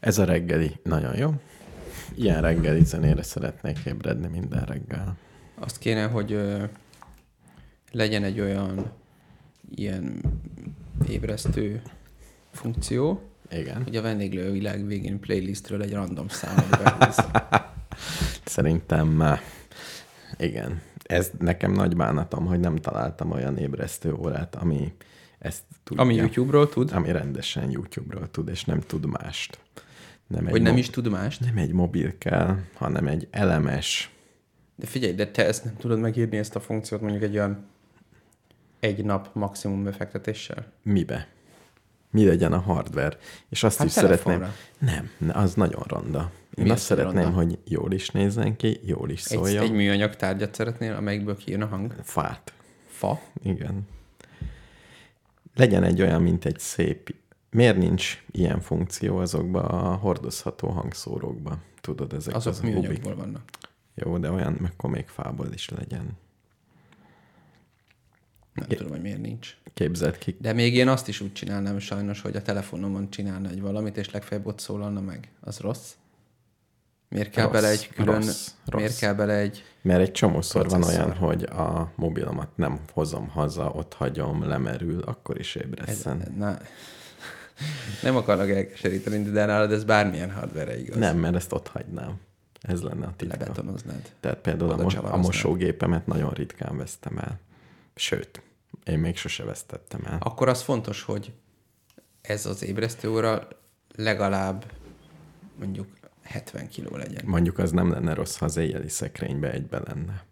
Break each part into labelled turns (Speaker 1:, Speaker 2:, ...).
Speaker 1: Ez a reggeli nagyon jó. Ilyen reggeli zenére szeretnék ébredni minden reggel.
Speaker 2: Azt kéne, hogy ö, legyen egy olyan ilyen ébresztő funkció,
Speaker 1: Igen.
Speaker 2: hogy a vendéglő világ végén playlistről egy random számot behoz.
Speaker 1: Szerintem eh, igen. Ez nekem nagy bánatom, hogy nem találtam olyan ébresztő órát, ami ezt tudja.
Speaker 2: Ami YouTube-ról tud,
Speaker 1: Ami rendesen YouTube-ról tud, és nem tud mást. Nem egy
Speaker 2: hogy nem
Speaker 1: mo-
Speaker 2: is tud mást.
Speaker 1: Nem egy mobil kell, hanem egy elemes.
Speaker 2: De figyelj, de te ezt nem tudod megírni, ezt a funkciót mondjuk egy olyan egy nap maximum befektetéssel?
Speaker 1: Mibe? Mi legyen a hardware? És azt
Speaker 2: Hát
Speaker 1: is szeretném...
Speaker 2: telefonra.
Speaker 1: Nem, ne, az nagyon ronda. Én
Speaker 2: Mi
Speaker 1: azt
Speaker 2: az, hogy
Speaker 1: szeretném,
Speaker 2: ronda?
Speaker 1: hogy jól is nézzen ki, jól is
Speaker 2: Egy,
Speaker 1: szóljon.
Speaker 2: egy műanyag tárgyat szeretnél, amelyikből kijön a hang?
Speaker 1: Fát.
Speaker 2: Fa?
Speaker 1: Igen. Legyen egy olyan, mint egy szép... Miért nincs ilyen funkció azokba a hordozható hangszórókba? Tudod, ezek
Speaker 2: Azok
Speaker 1: az hubik.
Speaker 2: műanyagból vannak.
Speaker 1: Jó, de olyan, akkor még fából is legyen.
Speaker 2: Nem tudom, hogy miért nincs.
Speaker 1: Képzeld ki.
Speaker 2: De még én azt is úgy csinálnám sajnos, hogy a telefonomon csinálna egy valamit, és legfeljebb ott szólalna meg. Az rossz? Miért kell
Speaker 1: Rossz,
Speaker 2: bele egy külön...
Speaker 1: rossz, rossz.
Speaker 2: Miért kell bele egy...
Speaker 1: Mert egy csomószor van
Speaker 2: Processzor.
Speaker 1: olyan, hogy a mobilomat nem hozom haza, ott hagyom, lemerül, akkor is ébreszem.
Speaker 2: Na, nem akarnak elkeseríteni, de nálad ez bármilyen hardware igaz.
Speaker 1: Nem, mert ezt ott hagynám. Ez lenne a titka.
Speaker 2: Lebetonoznád.
Speaker 1: Tehát például a,
Speaker 2: Oda
Speaker 1: mos- a
Speaker 2: csavaroznám.
Speaker 1: mosógépemet nagyon ritkán vesztem el. Sőt, én még sose vesztettem el.
Speaker 2: Akkor az fontos, hogy ez az ébresztő óra legalább mondjuk 70 kiló legyen.
Speaker 1: Mondjuk az nem lenne rossz, ha az éjjeli szekrénybe egybe lenne.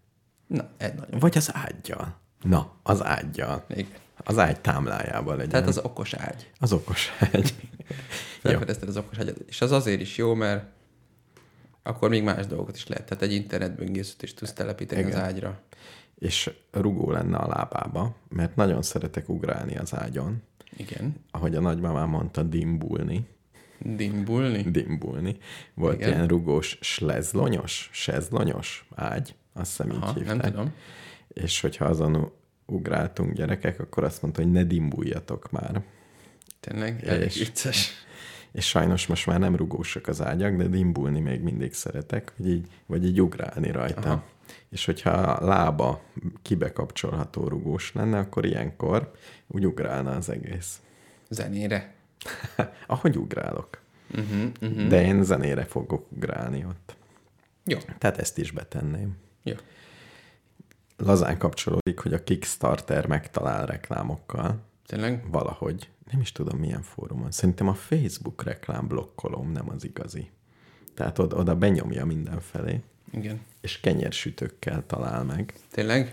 Speaker 2: Na, ez nagyon.
Speaker 1: Vagy az ágyjal. Na, az ágyjal.
Speaker 2: Még.
Speaker 1: Az ágy támlájában legyen.
Speaker 2: Tehát
Speaker 1: Tehát az...
Speaker 2: az okos ágy.
Speaker 1: az okos ágy. Jó.
Speaker 2: felfedezted az okos ágyat. És az azért is jó, mert akkor még más dolgokat is lehet. Tehát egy internetböngészőt is tudsz telepíteni Igen.
Speaker 1: Igen.
Speaker 2: az ágyra.
Speaker 1: És rugó lenne a lábába, mert nagyon szeretek ugrálni az ágyon.
Speaker 2: Igen.
Speaker 1: Ahogy a nagymamám mondta, dimbulni.
Speaker 2: Dimbulni.
Speaker 1: Dimbulni. Volt
Speaker 2: Igen.
Speaker 1: Igen. ilyen rugós slezlonyos, sezlonyos ágy, azt hiszem így
Speaker 2: Aha,
Speaker 1: hívták.
Speaker 2: nem tudom.
Speaker 1: És hogyha azon ugráltunk gyerekek, akkor azt mondta, hogy ne dimbuljatok már.
Speaker 2: Tényleg elég
Speaker 1: És-
Speaker 2: vicces.
Speaker 1: És sajnos most már nem rugósak az ágyak, de dimbulni még mindig szeretek, hogy így, vagy így ugrálni rajta.
Speaker 2: Aha.
Speaker 1: Aha. És hogyha a lába kibekapcsolható rugós lenne, akkor ilyenkor úgy ugrálna az egész.
Speaker 2: Zenére.
Speaker 1: Ahogy ugrálok.
Speaker 2: Uh-huh, uh-huh.
Speaker 1: De én zenére fogok ugrálni ott.
Speaker 2: Jó.
Speaker 1: Tehát ezt is betenném.
Speaker 2: Jó.
Speaker 1: Lazán kapcsolódik, hogy a Kickstarter megtalál reklámokkal.
Speaker 2: Tényleg?
Speaker 1: valahogy, nem is tudom milyen fórumon, szerintem a Facebook reklám blokkolom nem az igazi. Tehát oda, oda benyomja mindenfelé,
Speaker 2: Igen.
Speaker 1: és kenyersütőkkel talál meg,
Speaker 2: Tényleg?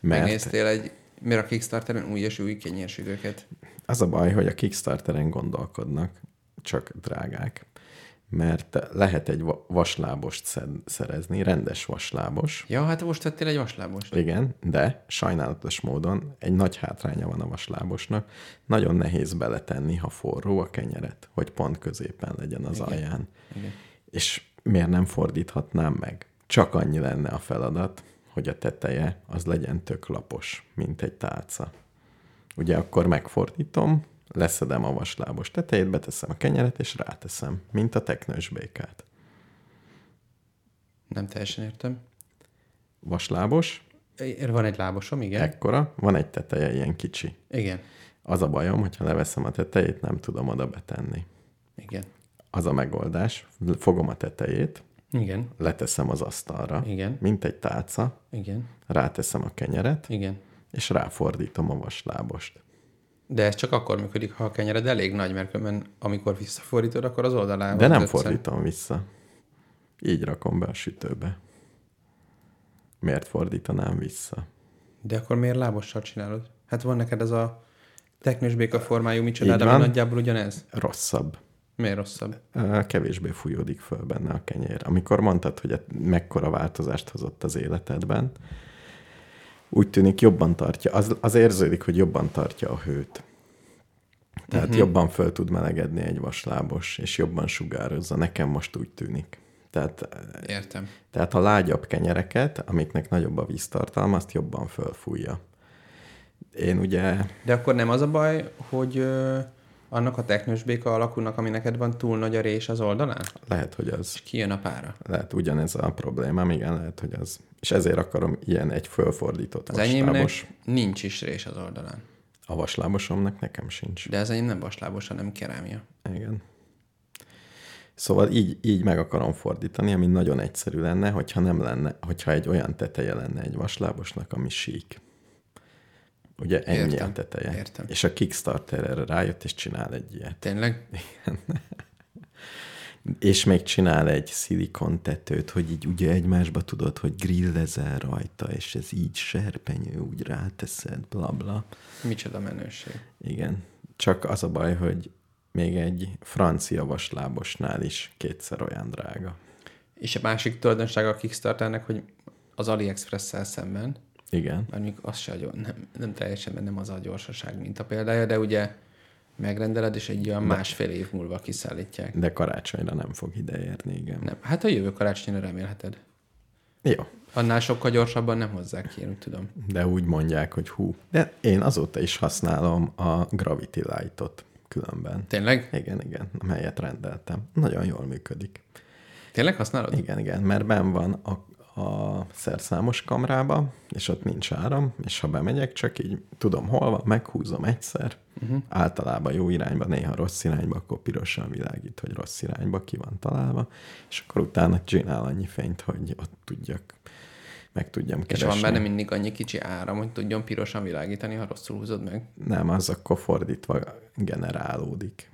Speaker 1: mert
Speaker 2: Megnéztél egy, mert a Kickstarteren új és új kenyérsütőket.
Speaker 1: az a baj, hogy a Kickstarteren gondolkodnak, csak drágák, mert lehet egy va- vaslábost szed- szerezni, rendes vaslábos,
Speaker 2: Ja, hát most tettél egy vaslábost.
Speaker 1: igen, de sajnálatos módon egy nagy hátránya van a vaslábosnak, nagyon nehéz beletenni, ha forró a kenyeret, hogy pont középen legyen az
Speaker 2: Igen.
Speaker 1: igen. alján.
Speaker 2: Igen.
Speaker 1: És miért nem fordíthatnám meg? Csak annyi lenne a feladat, hogy a teteje az legyen tök lapos, mint egy tálca. Ugye akkor megfordítom, leszedem a vaslábos tetejét, beteszem a kenyeret, és ráteszem, mint a teknős békát.
Speaker 2: Nem teljesen értem.
Speaker 1: Vaslábos,
Speaker 2: É, Van egy lábosom, igen.
Speaker 1: ekkora, van egy teteje ilyen kicsi.
Speaker 2: Igen.
Speaker 1: Az a bajom, hogyha leveszem a tetejét, nem tudom oda betenni.
Speaker 2: Igen.
Speaker 1: Az a megoldás, fogom a tetejét,
Speaker 2: Igen.
Speaker 1: leteszem az asztalra,
Speaker 2: Igen.
Speaker 1: mint egy tálca,
Speaker 2: Igen.
Speaker 1: ráteszem a kenyeret,
Speaker 2: Igen.
Speaker 1: és ráfordítom a vaslábost.
Speaker 2: De ez csak akkor működik, ha a kenyered elég nagy, mert különben amikor visszafordítod, akkor az oldalával.
Speaker 1: De nem
Speaker 2: tetszem.
Speaker 1: fordítom vissza. Így rakom be a sütőbe. Miért fordítanám vissza?
Speaker 2: De akkor miért lábossal csinálod? Hát van neked ez a teknős béka formájú
Speaker 1: Így
Speaker 2: micsodád, ami
Speaker 1: van.
Speaker 2: nagyjából ugyanez.
Speaker 1: Rosszabb.
Speaker 2: Miért rosszabb?
Speaker 1: Ö, Kevésbé fújódik föl benne a kenyér. Amikor mondtad, hogy e- mekkora változást hozott az életedben, úgy tűnik jobban tartja, az, az érződik, hogy jobban tartja a hőt. Tehát uh-huh. jobban föl tud melegedni egy vaslábos, és jobban sugározza. Nekem most úgy tűnik. Tehát
Speaker 2: Értem.
Speaker 1: Tehát a lágyabb kenyereket, amiknek nagyobb a víztartalma, azt jobban fölfújja. Én ugye,
Speaker 2: De akkor nem az a baj, hogy ö, annak a teknős béka alakúnak, ami neked van, túl nagy a rés az oldalán?
Speaker 1: Lehet, hogy az.
Speaker 2: És kijön a pára.
Speaker 1: Lehet ugyanez a problémám, igen, lehet, hogy az. És ezért akarom ilyen egy fölfordított
Speaker 2: Az enyémnek
Speaker 1: vaslábos.
Speaker 2: nincs is rés az oldalán.
Speaker 1: A vaslábosomnak nekem sincs.
Speaker 2: De az enyém nem vaslábos, hanem kerámia.
Speaker 1: Igen. Szóval így, így meg akarom fordítani, ami nagyon egyszerű lenne, hogyha nem lenne, hogyha egy olyan teteje lenne egy vaslábosnak, ami sík. Ugye ennyi
Speaker 2: Értem.
Speaker 1: a teteje.
Speaker 2: Értem.
Speaker 1: És a Kickstarter erre rájött, és csinál egy ilyet.
Speaker 2: Tényleg?
Speaker 1: És még csinál egy szilikon tetőt, hogy így ugye egymásba tudod, hogy grillezel rajta, és ez így serpenyő, úgy ráteszed, bla bla.
Speaker 2: Micsoda menőség.
Speaker 1: Igen. Csak az a baj, hogy még egy francia vaslábosnál is kétszer olyan drága.
Speaker 2: És a másik tulajdonsága a Kickstarternek, hogy az AliExpress-szel szemben,
Speaker 1: Igen.
Speaker 2: már mondjuk az se a, gyor- nem, nem teljesen, mert nem az a gyorsaság, mint a példája, de ugye megrendeled, és egy olyan másfél év múlva kiszállítják.
Speaker 1: De karácsonyra nem fog ideérni, igen.
Speaker 2: Nem. Hát a jövő karácsonyra remélheted.
Speaker 1: Jó.
Speaker 2: Annál sokkal gyorsabban nem hozzák ki, én úgy tudom.
Speaker 1: De úgy mondják, hogy hú. De én azóta is használom a Gravity Light-ot különben.
Speaker 2: Tényleg?
Speaker 1: Igen, igen, amelyet rendeltem. Nagyon jól működik.
Speaker 2: Tényleg használod?
Speaker 1: Igen, igen, mert ben van a, a szerszámos kamrába, és ott nincs áram, és ha bemegyek, csak így tudom hol van, meghúzom egyszer,
Speaker 2: Mhm.
Speaker 1: uh-huh. általában jó irányba, néha rossz irányba, akkor pirosan világít, hogy rossz irányba ki van találva, és akkor utána csinál annyi fényt, hogy ott tudjak, meg tudjam
Speaker 2: És
Speaker 1: keresni.
Speaker 2: van benne mindig annyi kicsi áram, hogy tudjon pirosan világítani, ha rosszul húzod meg.
Speaker 1: Nem, az akkor fordítva generálódik.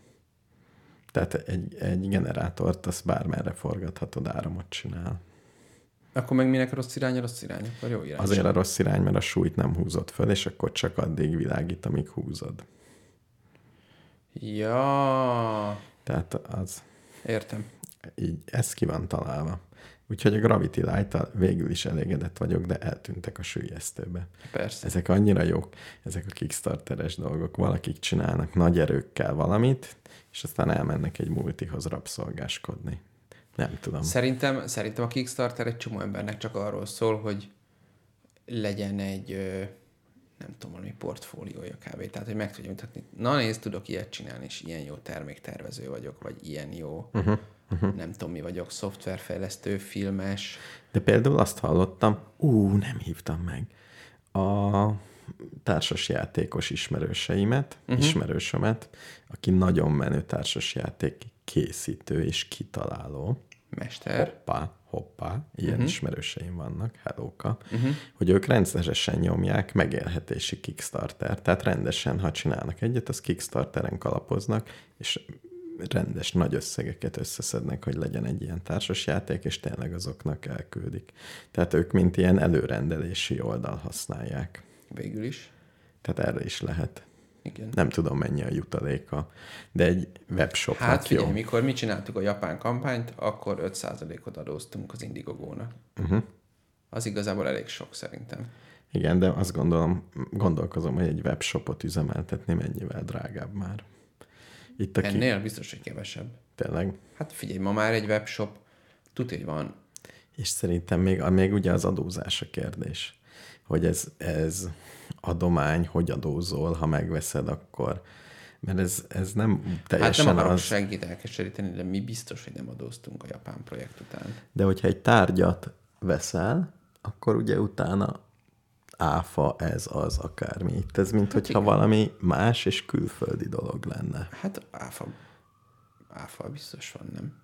Speaker 1: Tehát egy, egy generátort, azt bármerre forgathatod, áramot csinál.
Speaker 2: Akkor meg minek rossz irány, a rossz irány, akkor jó irány.
Speaker 1: Azért a rossz irány, mert a súlyt nem húzod föl, és akkor csak addig világít, amíg húzod.
Speaker 2: Ja,
Speaker 1: Tehát az
Speaker 2: értem.
Speaker 1: így, ez ki van találva. Úgyhogy a Gravity light végül is elégedett vagyok, de eltűntek a sűjesztőbe.
Speaker 2: Persze.
Speaker 1: Ezek annyira jók, ezek a kickstarteres dolgok. Valakik csinálnak nagy erőkkel valamit, és aztán elmennek egy multihoz rabszolgáskodni. Nem tudom.
Speaker 2: Szerintem, szerintem a Kickstarter egy csomó embernek csak arról szól, hogy legyen egy, ö, nem tudom, valami portfóliója kb. Tehát, hogy meg tudja mutatni. Na nézd, tudok ilyet csinálni, és ilyen jó terméktervező vagyok, vagy ilyen jó, uh-huh, uh-huh. nem tudom mi vagyok, szoftverfejlesztő, filmes.
Speaker 1: De például azt hallottam, ú, nem hívtam meg, a társasjátékos ismerőseimet, uh-huh. ismerősömet, aki nagyon menő társasjáték készítő és kitaláló,
Speaker 2: Mester.
Speaker 1: hoppá, hoppá, ilyen
Speaker 2: Mhm.
Speaker 1: uh-huh. ismerőseim vannak, hellóka, uh-huh. hogy ők rendszeresen nyomják megélhetési Kickstarter, tehát rendesen, ha csinálnak egyet, az Kickstarteren kalapoznak, és rendes nagy összegeket összeszednek, hogy legyen egy ilyen társasjáték, és tényleg azoknak elküldik. Tehát ők mint ilyen előrendelési oldal használják.
Speaker 2: Végül is.
Speaker 1: Tehát erre is lehet.
Speaker 2: Igen.
Speaker 1: Nem tudom, mennyi a jutaléka, de egy webshopnak
Speaker 2: Hát figyelj,
Speaker 1: jó.
Speaker 2: mikor mi csináltuk a japán kampányt, akkor 5%-ot adóztunk az Indigogónak. Uh-huh. Az igazából elég sok szerintem.
Speaker 1: Igen, de azt gondolom, gondolkozom, hogy egy webshopot üzemeltetni mennyivel drágább már. Itt a ki...
Speaker 2: Ennél biztos, hogy kevesebb.
Speaker 1: Tényleg.
Speaker 2: Hát figyelj, ma már egy webshop, tudja, hogy van.
Speaker 1: És szerintem még, a- még ugye az adózás a kérdés, hogy ez, ez adomány, hogy adózol, ha megveszed, akkor... Mert ez, ez nem
Speaker 2: Hát
Speaker 1: teljesen
Speaker 2: nem akarok
Speaker 1: az...
Speaker 2: senkit elkeseríteni, de mi biztos, hogy nem adóztunk a japán projekt után.
Speaker 1: De hogyha egy tárgyat veszel, akkor ugye utána áfa ez az akármi. Itt ez, mint hogyha valami más és külföldi dolog lenne.
Speaker 2: Hát áfa, áfa biztos van, nem?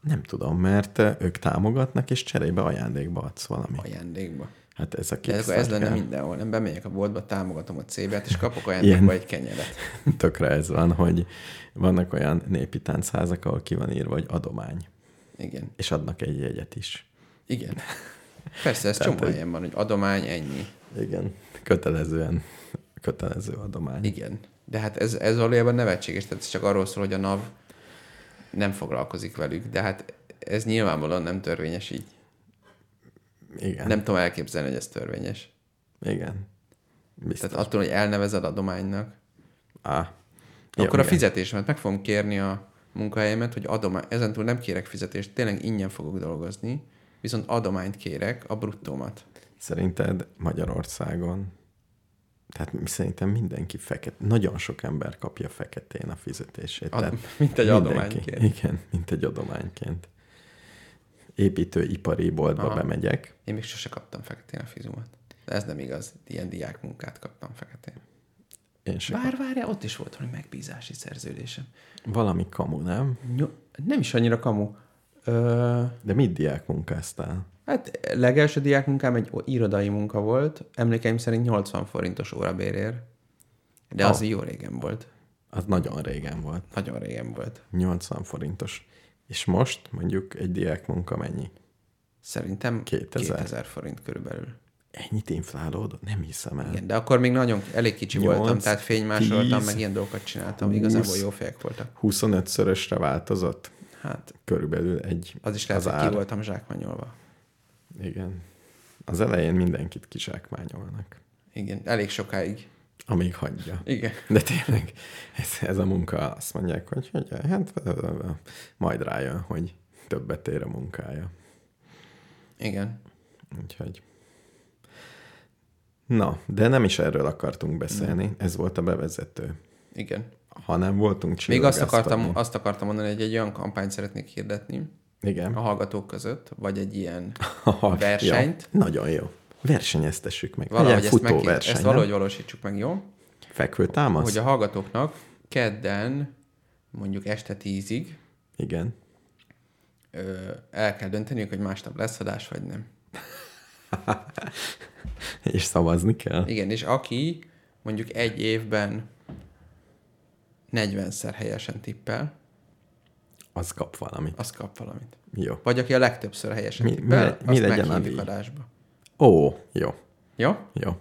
Speaker 1: Nem tudom, mert eh, ők támogatnak, és cserébe ajándékba adsz valami.
Speaker 2: Ajándékba.
Speaker 1: Hát ez a
Speaker 2: De ez,
Speaker 1: kickstarter.
Speaker 2: ez lenne mindenhol. Nem bemegyek a boltba, támogatom a cébet, és kapok ajándékba
Speaker 1: Ilyen.
Speaker 2: egy kenyeret.
Speaker 1: Tökre ez van, hogy vannak olyan népi táncházak, ahol ki van írva, hogy adomány,
Speaker 2: Igen.
Speaker 1: és adnak egy jegyet is.
Speaker 2: Igen. Persze, ez csomó helyen van, hogy adomány ennyi.
Speaker 1: Igen. Kötelezően, kötelező adomány.
Speaker 2: Igen. De hát ez, ez valójában nevetséges, tehát ez csak arról szól, hogy a NAV nem foglalkozik velük, de hát ez nyilvánvalóan nem törvényes így.
Speaker 1: Igen.
Speaker 2: Nem tudom elképzelni, hogy ez törvényes.
Speaker 1: Igen. Biztos.
Speaker 2: Tehát attól, hogy elnevezed adománynak,
Speaker 1: Á. Jó,
Speaker 2: akkor a
Speaker 1: igen.
Speaker 2: fizetésemet meg fogom kérni a munkahelyemet, hogy adomány, ezentúl nem kérek fizetést, tényleg ingyen fogok dolgozni, viszont adományt kérek, a bruttómat.
Speaker 1: Szerinted Magyarországon tehát szerintem mindenki fekete, nagyon sok ember kapja feketén a fizetését.
Speaker 2: Ad,
Speaker 1: tehát
Speaker 2: mint egy
Speaker 1: mindenki.
Speaker 2: adományként.
Speaker 1: Igen, mint egy adományként. Építőipari boltba
Speaker 2: Aha.
Speaker 1: bemegyek.
Speaker 2: Én még sose kaptam feketén a fizumot. De ez nem igaz. Ilyen diák munkát kaptam feketén.
Speaker 1: Én sem.
Speaker 2: Bár várjál, ott is volt valami megbízási szerződésem.
Speaker 1: Valami kamu, nem?
Speaker 2: Nyo- nem is annyira kamu. Ö,
Speaker 1: De mit diák munkáztál?
Speaker 2: hát legelső diák munkám egy o- irodai munka volt, emlékeim szerint 80 forintos órabérér. De az
Speaker 1: Ah.
Speaker 2: jó régen volt.
Speaker 1: Az nagyon régen volt.
Speaker 2: Nagyon régen volt.
Speaker 1: 80 forintos. És most mondjuk egy diák munka mennyi?
Speaker 2: Szerintem
Speaker 1: 2000.
Speaker 2: 2000, 2000 forint körülbelül.
Speaker 1: Ennyit inflálódott? Nem hiszem el.
Speaker 2: Igen, de akkor még nagyon elég kicsi
Speaker 1: Nyolc,
Speaker 2: voltam, tehát fénymásoltam,
Speaker 1: 10,
Speaker 2: meg ilyen dolgokat csináltam. Igazából
Speaker 1: 20.
Speaker 2: jó fejek voltak.
Speaker 1: 25-szörösre változott.
Speaker 2: Hát
Speaker 1: Körülbelül egy
Speaker 2: az is lehet,
Speaker 1: az
Speaker 2: hogy ki
Speaker 1: ár.
Speaker 2: voltam zsákmányolva.
Speaker 1: Igen. Az elején mindenkit kizsákmányolnak.
Speaker 2: Igen, elég sokáig.
Speaker 1: Amíg hagyja.
Speaker 2: Igen.
Speaker 1: De tényleg, ez, ez a munka, azt mondják, hogy hogy hát ö, ö, ö, majd rájön, hogy többet ér a munkája.
Speaker 2: Igen.
Speaker 1: Úgyhogy. Na, de nem is erről akartunk beszélni, ez volt a bevezető.
Speaker 2: Igen.
Speaker 1: Ha nem voltunk
Speaker 2: Még azt
Speaker 1: csillagászatni-
Speaker 2: akartam, azt akartam mondani, hogy egy olyan kampányt szeretnék hirdetni
Speaker 1: Igen.
Speaker 2: a hallgatók között, vagy egy ilyen
Speaker 1: Aha,
Speaker 2: versenyt.
Speaker 1: Jó. Nagyon jó. Versenyeztessük meg.
Speaker 2: valahogy
Speaker 1: Valahogy
Speaker 2: ezt, meg,
Speaker 1: futó
Speaker 2: ezt
Speaker 1: verseny,
Speaker 2: valahogy
Speaker 1: valahogy...
Speaker 2: valósítsuk meg, jó?
Speaker 1: Fekvő támasz?
Speaker 2: Hogy a hallgatóknak kedden, mondjuk este tízig
Speaker 1: Igen.
Speaker 2: ö, el kell dönteniük, hogy másnap lesz adás, vagy nem.
Speaker 1: És szavazni kell.
Speaker 2: Igen, és aki mondjuk egy évben 40-szer helyesen tippel,
Speaker 1: Az kap valamit.
Speaker 2: az kap valamit.
Speaker 1: Jó.
Speaker 2: Vagy aki a legtöbbször helyesen
Speaker 1: Mi- mi
Speaker 2: tippel,
Speaker 1: le- mi
Speaker 2: azt
Speaker 1: legyen a
Speaker 2: meghívjuk
Speaker 1: díj?
Speaker 2: adásba.
Speaker 1: Ó, jó.
Speaker 2: Jó?
Speaker 1: Jó.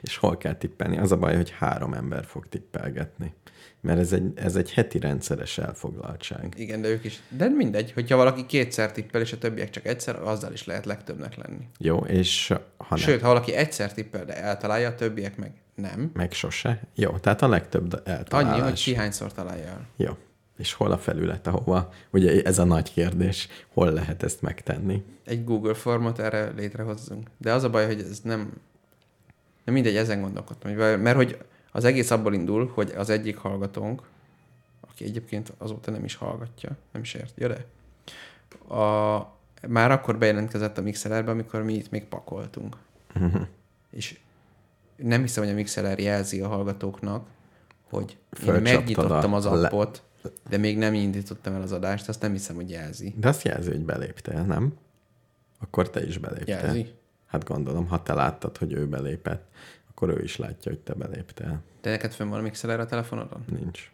Speaker 1: És hol kell tippelni? Az a baj, hogy három ember fog tippelgetni. Mert ez egy, ez egy heti rendszeres elfoglaltság.
Speaker 2: Igen, de ők is. De mindegy, hogyha valaki kétszer tippel, és a többiek csak egyszer, azzal is lehet legtöbbnek lenni.
Speaker 1: Jó, és ha nem,
Speaker 2: Sőt, ha valaki egyszer tippel, de eltalálja, a többiek meg nem.
Speaker 1: meg sose. Jó, tehát a legtöbb eltalálás.
Speaker 2: Annyi, hogy ki hányszor találja el.
Speaker 1: Jó. És hol a felület, ahova? Ugye ez a nagy kérdés, hol lehet ezt megtenni?
Speaker 2: Egy Google formot erre létrehozzunk. De az a baj, hogy ez nem... De mindegy, ezen gondolkodtam. hogy vajon- Mert hogy az egész abból indul, hogy az egyik hallgatónk, aki egyébként azóta nem is hallgatja, nem is ért, de a, már akkor bejelentkezett a mixelerbe, amikor mi itt még pakoltunk.
Speaker 1: Mhm.
Speaker 2: és nem hiszem, hogy a Mixeler jelzi a hallgatóknak, hogy én
Speaker 1: Fölcsaptad
Speaker 2: megnyitottam
Speaker 1: a
Speaker 2: az
Speaker 1: le-
Speaker 2: appot, de még nem indítottam el az adást, azt nem hiszem, hogy jelzi.
Speaker 1: De azt jelzi, hogy beléptél, nem? Akkor te is beléptél.
Speaker 2: Jelzi.
Speaker 1: Hát gondolom, ha te láttad, hogy ő belépett, akkor ő is látja, hogy te beléptél.
Speaker 2: De neked fönn van a Mixeler a telefonodon?
Speaker 1: Nincs.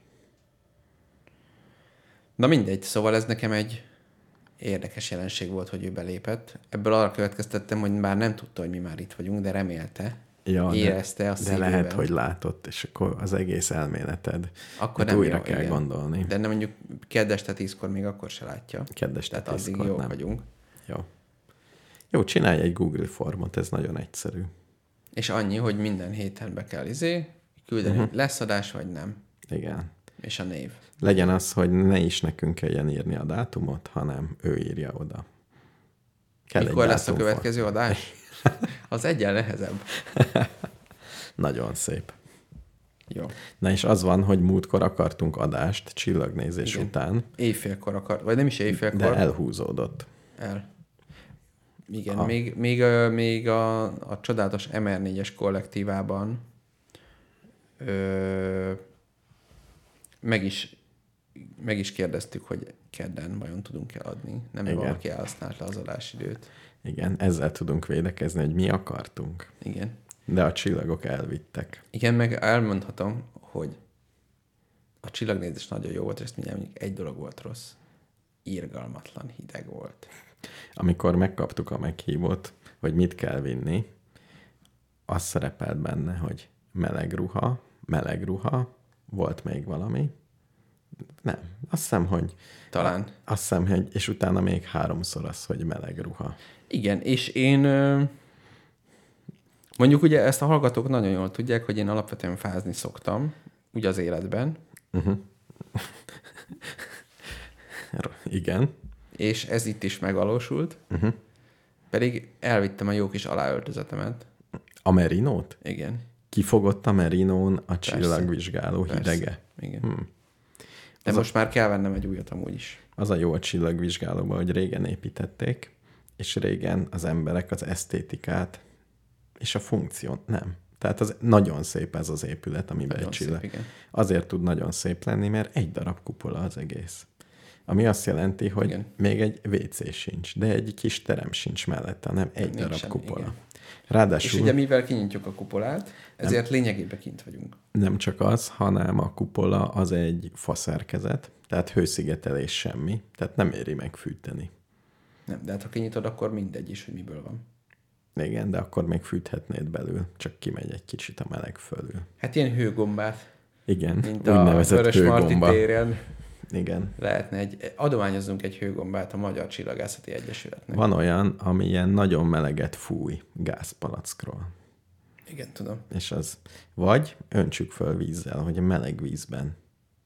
Speaker 2: Na mindegy, szóval ez nekem egy érdekes jelenség volt, hogy ő belépett. Ebből arra következtettem, hogy bár nem tudta, hogy mi már itt vagyunk, de remélte.
Speaker 1: Ja, de-
Speaker 2: érezte a
Speaker 1: De
Speaker 2: szívében.
Speaker 1: lehet, hogy látott, és akkor az egész elméleted.
Speaker 2: Akkor
Speaker 1: Hát
Speaker 2: nem
Speaker 1: újra
Speaker 2: jó,
Speaker 1: kell
Speaker 2: igen.
Speaker 1: gondolni.
Speaker 2: De nem mondjuk kedveste tízkor még akkor se látja.
Speaker 1: Kedves
Speaker 2: Tehát
Speaker 1: statisztikot,
Speaker 2: addig jó
Speaker 1: nem.
Speaker 2: vagyunk.
Speaker 1: Jó. Jó, csinálj egy Google formot, ez nagyon egyszerű.
Speaker 2: És annyi, hogy minden héten be kell izé, küldeni,
Speaker 1: Mhm.
Speaker 2: uh-huh. lesz adás vagy nem,
Speaker 1: Igen.
Speaker 2: és a név.
Speaker 1: Legyen az, hogy ne is nekünk kelljen írni a dátumot, hanem ő írja oda. Kell egy
Speaker 2: Mikor lesz a
Speaker 1: dátumform.
Speaker 2: következő adás? Az egyen nehezebb.
Speaker 1: Nagyon szép.
Speaker 2: Jó.
Speaker 1: Na és az van, hogy múltkor akartunk adást csillagnézés
Speaker 2: Igen.
Speaker 1: Igen. után,
Speaker 2: Éjfélkor akar, vagy nem is éjfélkor.
Speaker 1: de elhúzódott.
Speaker 2: El. Igen,
Speaker 1: A-
Speaker 2: még, még, ö, még a, a csodálatos MR4-es kollektívában ö, meg, is, meg is kérdeztük, hogy kedden vajon tudunk-e adni. Nem
Speaker 1: Igen.
Speaker 2: valaki elhasználta az adásidőt.
Speaker 1: Igen, ezzel tudunk védekezni, hogy mi akartunk.
Speaker 2: Igen.
Speaker 1: De a csillagok elvittek.
Speaker 2: Igen, meg elmondhatom, hogy a csillagnézés nagyon jó volt, és ezt mindjárt mondjuk egy dolog volt rossz. Irgalmatlan hideg volt.
Speaker 1: Amikor megkaptuk a meghívót, hogy mit kell vinni, az szerepelt benne, hogy meleg ruha, meleg ruha, volt még valami. Nem, azt hiszem, hogy...
Speaker 2: Talán.
Speaker 1: Azt hiszem, hogy... És utána még háromszor az, hogy meleg ruha.
Speaker 2: Igen, és én ö, mondjuk ugye ezt a hallgatók nagyon jól tudják, hogy én alapvetően fázni szoktam, ugye az életben,
Speaker 1: R- Igen.
Speaker 2: és ez itt is megvalósult.
Speaker 1: Mhm.
Speaker 2: Uh-huh. Pedig elvittem a jó kis aláöltözetemet.
Speaker 1: A merinót?
Speaker 2: Igen.
Speaker 1: kifogott a Merinón a
Speaker 2: Persze.
Speaker 1: csillagvizsgáló
Speaker 2: Persze.
Speaker 1: hidege.
Speaker 2: Igen.
Speaker 1: Hm.
Speaker 2: De
Speaker 1: Az a-
Speaker 2: most már kell vennem egy újat amúgy is.
Speaker 1: Az a jó a csillagvizsgálóban, hogy régen építették, és régen az emberek az esztétikát és a funkciót nem. Tehát az nagyon szép ez az épület, amiben
Speaker 2: Nagyon
Speaker 1: egy csillag.
Speaker 2: szép, igen.
Speaker 1: Azért tud nagyon szép lenni, mert egy darab kupola az egész. Ami azt jelenti, hogy
Speaker 2: Igen.
Speaker 1: igen. még egy WC sincs, de egy kis terem sincs mellette, hanem egy
Speaker 2: Nincs
Speaker 1: Nincs darab
Speaker 2: semmi,
Speaker 1: kupola.
Speaker 2: igen.
Speaker 1: Igen.
Speaker 2: És
Speaker 1: Ráadásul
Speaker 2: ugye mivel kinyitjuk a kupolát, ezért lényegében kint vagyunk.
Speaker 1: nem csak az, hanem a kupola az egy faszerkezet, tehát hőszigetelés semmi, tehát nem éri meg fűteni.
Speaker 2: Nem, de hát ha kinyitod, akkor mindegy is, hogy miből van.
Speaker 1: Igen, de akkor még fűthetnéd belül, csak kimegy egy kicsit a meleg fölül.
Speaker 2: Hát ilyen hőgombát,
Speaker 1: Igen,
Speaker 2: mint a
Speaker 1: úgynevezett
Speaker 2: Vörös Marti
Speaker 1: hőgomba.
Speaker 2: téren
Speaker 1: Igen.
Speaker 2: lehetne egy, adományozzunk egy hőgombát a Magyar Csillagászati Egyesületnek.
Speaker 1: Van olyan, ami ilyen nagyon meleget fúj gázpalackról.
Speaker 2: Igen, tudom.
Speaker 1: És az vagy öntsük föl vízzel, hogy a meleg vízben.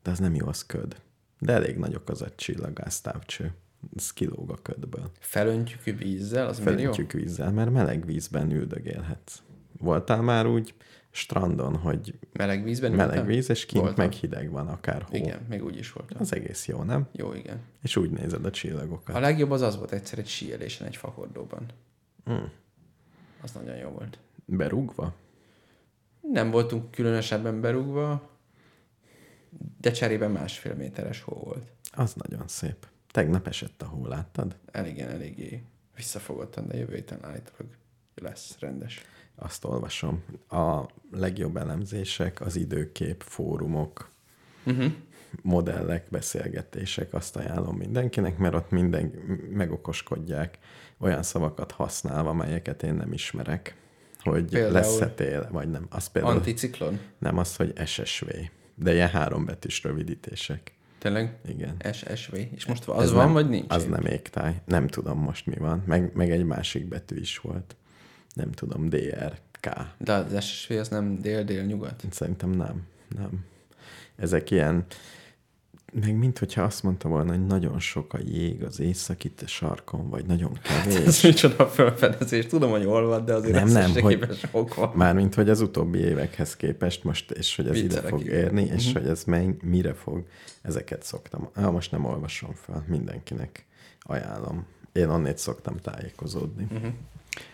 Speaker 1: De az nem jó, az köd. De elég nagyok az a csillagásztávcső. Ez kilóg a ködből.
Speaker 2: Felöntjük vízzel, az miért jó?
Speaker 1: Felöntjük vízzel, mert meleg vízben üldögélhetsz. Voltál már úgy strandon, hogy
Speaker 2: Meleg vízben?
Speaker 1: meleg
Speaker 2: ültem?
Speaker 1: víz, és kint
Speaker 2: Voltam.
Speaker 1: meg hideg van akár hó.
Speaker 2: Igen, még úgy is voltam.
Speaker 1: Az egész jó, nem?
Speaker 2: Jó, igen.
Speaker 1: És úgy nézed a csillagokat.
Speaker 2: A legjobb az az volt egyszer egy síelésen, egy fakordóban.
Speaker 1: Mm.
Speaker 2: Az nagyon jó volt.
Speaker 1: Berúgva?
Speaker 2: Nem voltunk különösebben berúgva, de cserében másfél méteres hó volt.
Speaker 1: Az nagyon szép. Tegnap esett a hó, láttad?
Speaker 2: Elég, igen, eléggé visszafogottan, de jövő héten állítólag lesz rendes.
Speaker 1: Azt olvasom. A legjobb elemzések, az időkép, fórumok,
Speaker 2: Uh-huh.
Speaker 1: modellek, beszélgetések, azt ajánlom mindenkinek, mert ott minden megokoskodják olyan szavakat használva, melyeket én nem ismerek, hogy
Speaker 2: Például?
Speaker 1: lesz-e tél, vagy nem. Az például
Speaker 2: Anticiklon?
Speaker 1: nem az, hogy SSV, de ilyen hárombetűs rövidítések.
Speaker 2: Tényleg?
Speaker 1: Igen.
Speaker 2: SSV. És most az
Speaker 1: Ez
Speaker 2: van,
Speaker 1: nem-
Speaker 2: vagy nincs?
Speaker 1: Az nem égtáj. Nem tudom most mi van. Meg, meg egy másik betű is volt. Nem tudom, DRK.
Speaker 2: De az SSV az nem dél-dél-nyugat.
Speaker 1: Szerintem nem. Nem. Ezek ilyen, meg mint hogyha azt mondta volna, hogy nagyon sok a jég az északi te sarkon, vagy nagyon
Speaker 2: Hát Ez
Speaker 1: kevés.
Speaker 2: micsoda felfedezés. Tudom, hogy hol van, de azért
Speaker 1: Nem,
Speaker 2: az
Speaker 1: nem,
Speaker 2: összességében sok van.
Speaker 1: Mármint, hogy az utóbbi évekhez képest most, és hogy ez
Speaker 2: Viccelek, Mhm.
Speaker 1: ide fog
Speaker 2: igen.
Speaker 1: érni, és hogy ez menj, mire fog, ezeket szoktam. Ah, most nem olvasom fel, mindenkinek ajánlom. Én onnét szoktam tájékozódni.
Speaker 2: Mhm.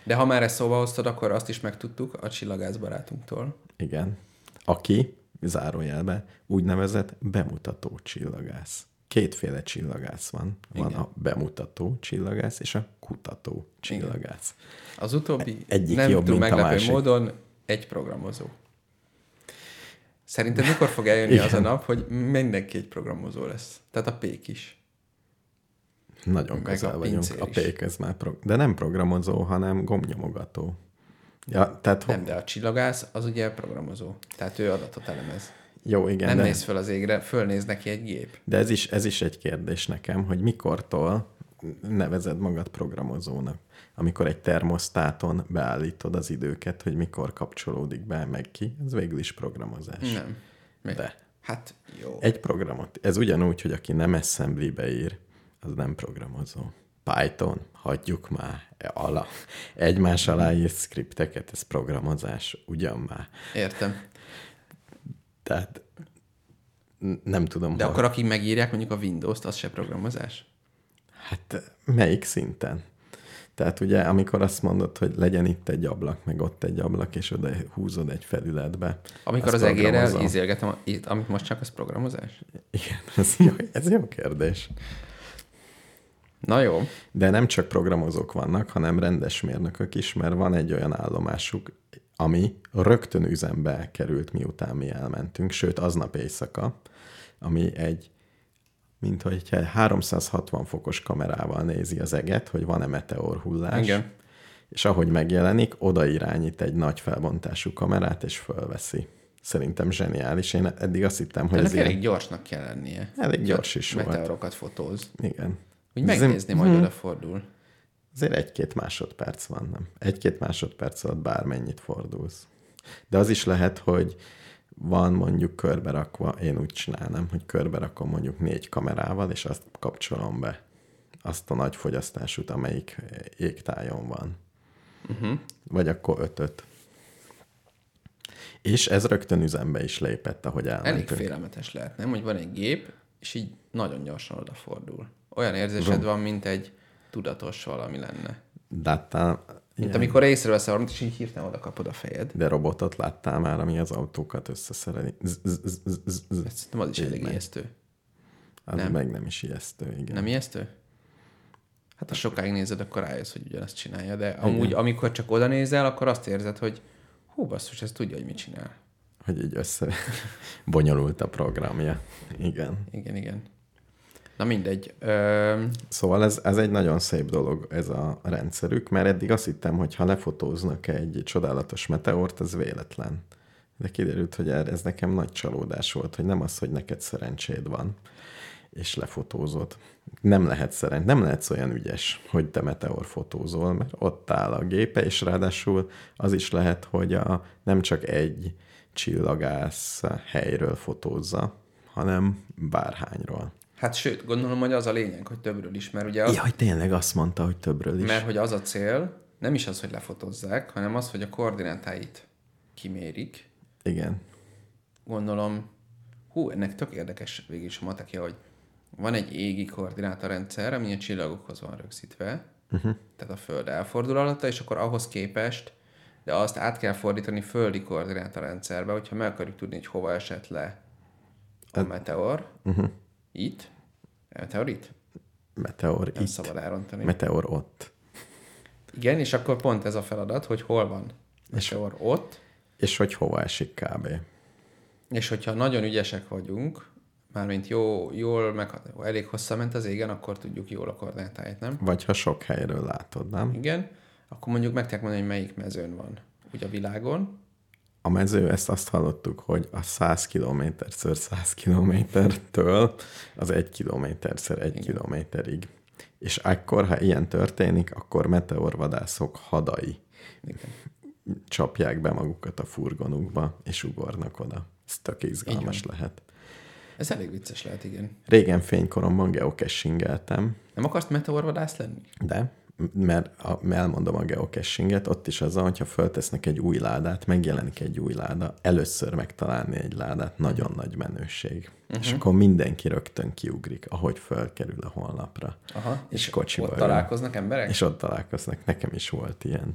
Speaker 2: De ha már ezt szóba hoztad, akkor azt is megtudtuk a csillagász barátunktól.
Speaker 1: Igen. Aki, zárójelbe, úgynevezett bemutató csillagász. Kétféle csillagász van. Van
Speaker 2: Igen.
Speaker 1: a bemutató csillagász és a kutató csillagász.
Speaker 2: Az utóbbi
Speaker 1: E- Egyik
Speaker 2: nem
Speaker 1: jobb,
Speaker 2: túl
Speaker 1: mint a
Speaker 2: meglepő
Speaker 1: másik.
Speaker 2: módon egy programozó. Szerinted mikor fog eljönni az a
Speaker 1: Igen.
Speaker 2: nap, hogy mindenki egy programozó lesz? Tehát a pék is.
Speaker 1: Nagyon
Speaker 2: Meg
Speaker 1: közel
Speaker 2: a
Speaker 1: vagyunk.
Speaker 2: pincér
Speaker 1: A
Speaker 2: is.
Speaker 1: pék ez már pro- de nem programozó, hanem gombnyomogató. Ja, tehát
Speaker 2: Nem,
Speaker 1: nem.
Speaker 2: de a csillagász az ugye programozó. Tehát ő adatot elemez.
Speaker 1: jó, igen,
Speaker 2: Nem
Speaker 1: de,
Speaker 2: néz föl az égre, fölnéz neki egy gép.
Speaker 1: de ez, is, ez is egy kérdés nekem, hogy mikortól nevezed magad programozónak, amikor egy termosztáton beállítod az időket, hogy mikor kapcsolódik be, meg ki, ez végül is programozás.
Speaker 2: Nem. Még.
Speaker 1: De. E-
Speaker 2: Hát jó.
Speaker 1: Egy programot. Ez ugyanúgy, hogy aki nem assembly-be ír, az nem programozó. Python, hagyjuk már, e ala. Egymás alá írt skripteket, ez programozás, ugyan már.
Speaker 2: Értem.
Speaker 1: Tehát n- nem tudom,
Speaker 2: De
Speaker 1: hol-
Speaker 2: akkor akik megírják mondjuk a Windows-t, az se programozás?
Speaker 1: Hát melyik szinten? Tehát ugye, amikor azt mondod, hogy legyen itt egy ablak, meg ott egy ablak, és oda húzod egy felületbe.
Speaker 2: Amikor
Speaker 1: azt
Speaker 2: az egérrel
Speaker 1: programozom.
Speaker 2: ízélgetem, a- itt, amit most csak az programozás?
Speaker 1: Igen, ez jó, ez jó kérdés.
Speaker 2: Na jó.
Speaker 1: De nem csak programozók vannak, hanem rendes mérnökök is, mert van egy olyan állomásuk, ami rögtön üzembe került, miután mi elmentünk, sőt, aznap éjszaka, ami egy, mint hogy egy 360 fokos kamerával nézi az eget, hogy van-e meteor hullás.
Speaker 2: Igen.
Speaker 1: És ahogy megjelenik, oda irányít egy nagy felbontású kamerát, és fölveszi. Szerintem zseniális. Én eddig azt hittem, hogy
Speaker 2: Tehát
Speaker 1: ez
Speaker 2: elég
Speaker 1: ilyen...
Speaker 2: gyorsnak kell lennie.
Speaker 1: Elég gyors is volt.
Speaker 2: Meteorokat fotóz.
Speaker 1: Igen.
Speaker 2: Úgy
Speaker 1: Ez- Mhm.
Speaker 2: megnézni, majd odafordul.
Speaker 1: Azért egy-két másodperc van, nem? Egy-két másodperc alatt bármennyit fordulsz. De az is lehet, hogy van mondjuk körbe rakva, én úgy csinálnám, hogy körbe rakom mondjuk négy kamerával, és azt kapcsolom be. Azt a nagy fogyasztásút, amelyik
Speaker 2: Mhm.
Speaker 1: égtájon van. Uh-huh. Vagy akkor ötöt. És ez rögtön üzembe is lépett, ahogy elmentünk.
Speaker 2: Elég félelmetes lehet, nem? Hogy van egy gép, és így nagyon gyorsan odafordul. Olyan érzésed van, mint egy tudatos valami lenne.
Speaker 1: Láttál,
Speaker 2: Mint
Speaker 1: ilyen,
Speaker 2: amikor észreveszel valamit, és így hirtelen oda kapod a fejed.
Speaker 1: de robotot láttál már, ami az autókat összeszereli. Z- z- z- z- z- z-
Speaker 2: Ez szerintem az is
Speaker 1: Így
Speaker 2: elég
Speaker 1: megy.
Speaker 2: ijesztő.
Speaker 1: Az
Speaker 2: nem.
Speaker 1: meg nem is ijesztő, igen.
Speaker 2: Nem ijesztő? Hát ha sokáig nézed, akkor rájössz, hogy ugyanazt csinálja, de amúgy, amikor csak oda nézel, akkor azt érzed, hogy hú, basszus, ez tudja, hogy mit csinál.
Speaker 1: Hogy így össze bonyolult a programja. Igen.
Speaker 2: Igen, igen. Na mindegy. Öm,
Speaker 1: Szóval ez, ez egy nagyon szép dolog, ez a rendszerük, mert eddig azt hittem, hogy ha lefotóznak egy csodálatos meteort, ez véletlen. De kiderült, hogy er- ez nekem nagy csalódás volt, hogy nem az, hogy neked szerencséd van, és lefotózod. Nem lehet szerencs, nem lehetsz olyan ügyes, hogy te meteor fotózol, mert ott áll a gépe, és ráadásul az is lehet, hogy a, nem csak egy csillagász helyről fotózza, hanem bárhányról.
Speaker 2: hát sőt, gondolom, hogy az a lényeg, hogy többről is, mert ugye az,
Speaker 1: Ja, hogy tényleg azt mondta, hogy többről is.
Speaker 2: mert hogy az a cél, nem is az, hogy lefotozzák, hanem az, hogy a koordinátáit kimérik.
Speaker 1: Igen.
Speaker 2: Gondolom, hú, ennek tök érdekes végig is a matekja, hogy van egy égi koordinátarendszer, ami a csillagokhoz van rögzítve, uh-huh. tehát a Föld elfordul alatta, és akkor ahhoz képest, de azt át kell fordítani földi koordinátarendszerbe, hogyha meg akarjuk tudni, hogy hova esett le a meteor, uh-huh. itt, a meteor itt,
Speaker 1: Meteor
Speaker 2: nem
Speaker 1: itt,
Speaker 2: szabad elrontani.
Speaker 1: meteor ott.
Speaker 2: Igen, és akkor pont ez a feladat, hogy hol van meteor ott,
Speaker 1: És hogy hova esik kb.
Speaker 2: és hogyha nagyon ügyesek vagyunk, mármint jó, jól, meg elég hosszan ment az égen, akkor tudjuk jól a koordinátáit, nem?
Speaker 1: Vagy ha sok helyről látod, nem?
Speaker 2: Igen, akkor mondjuk meg tudják mondani, hogy melyik mezőn van úgy a világon.
Speaker 1: A mező, ezt azt hallottuk, hogy a 100 km ször 100 kilométertől az 1 km szer 1 kilométerig. És akkor, ha ilyen történik, akkor meteorvadászok hadai
Speaker 2: Igen.
Speaker 1: csapják be magukat a furgonukba, és ugornak oda. Ez tök izgalmas lehet.
Speaker 2: Ez elég vicces lehet, igen.
Speaker 1: Régen fénykoromban geocachingeltem,
Speaker 2: Nem akarsz meteorvadász lenni?
Speaker 1: De, m- mert a, m- elmondom a geocachinget, ott is az, van, hogyha föltesznek egy új ládát, megjelenik egy új láda, először megtalálni egy ládát, nagyon nagy menőség. Uh-huh.
Speaker 2: Mhm.
Speaker 1: És akkor mindenki rögtön kiugrik, ahogy fölkerül a honlapra.
Speaker 2: Aha.
Speaker 1: És kocsival
Speaker 2: Ott
Speaker 1: jön.
Speaker 2: találkoznak emberek?
Speaker 1: És ott találkoznak. Nekem is volt ilyen.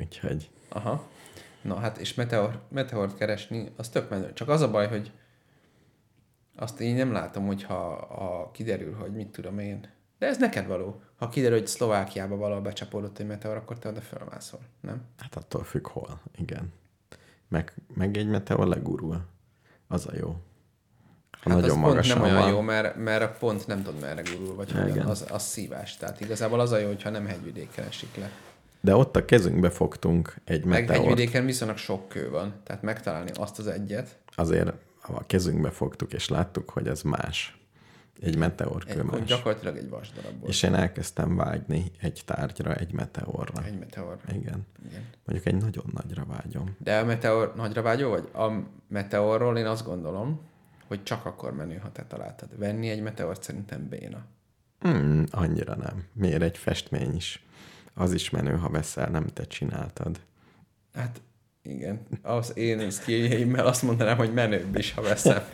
Speaker 1: Úgyhogy
Speaker 2: Aha. Na hát, és meteor, meteort keresni, az tök menő. Csak az a baj, hogy azt én nem látom, hogyha a, kiderül, hogy mit tudom én. De ez neked való. Ha kiderül, hogy Szlovákiába valahol becsapódott egy meteor, akkor te oda felmászol, nem?
Speaker 1: hát attól függ hol. Igen. Meg, meg egy meteor legurul. Az a jó. Ha
Speaker 2: Hát
Speaker 1: nagyon
Speaker 2: az pont
Speaker 1: magasan
Speaker 2: nem olyan
Speaker 1: van.
Speaker 2: jó, mert, mert pont nem tudod merre gurul, vagy hogyan,
Speaker 1: Igen.
Speaker 2: az, az szívás. Tehát igazából az a jó, hogyha nem hegyvidéken esik le.
Speaker 1: De ott a kezünkbe fogtunk egy
Speaker 2: Meg
Speaker 1: meteort.
Speaker 2: hegyvidéken viszonylag sok kő van, tehát megtalálni azt az egyet,
Speaker 1: azért a kezünkbe fogtuk, és láttuk, hogy ez más. Egy meteorkő
Speaker 2: akkor
Speaker 1: más.
Speaker 2: gyakorlatilag egy vasdarabból.
Speaker 1: És én elkezdtem vágyni egy tárgyra, egy meteorra.
Speaker 2: Egy meteor.
Speaker 1: Igen.
Speaker 2: Igen.
Speaker 1: Mondjuk egy nagyon nagyra vágyom.
Speaker 2: De a meteor, nagyra vágyó vagy? A meteorról én azt gondolom, hogy csak akkor menő, ha te találtad. Venni egy meteort szerintem béna.
Speaker 1: Hmm, annyira nem. Miért egy festmény is? Az is menő, ha veszel, nem te csináltad.
Speaker 2: Hát igen, az én szkilljeimmel azt mondanám, hogy menőbb is, ha veszem.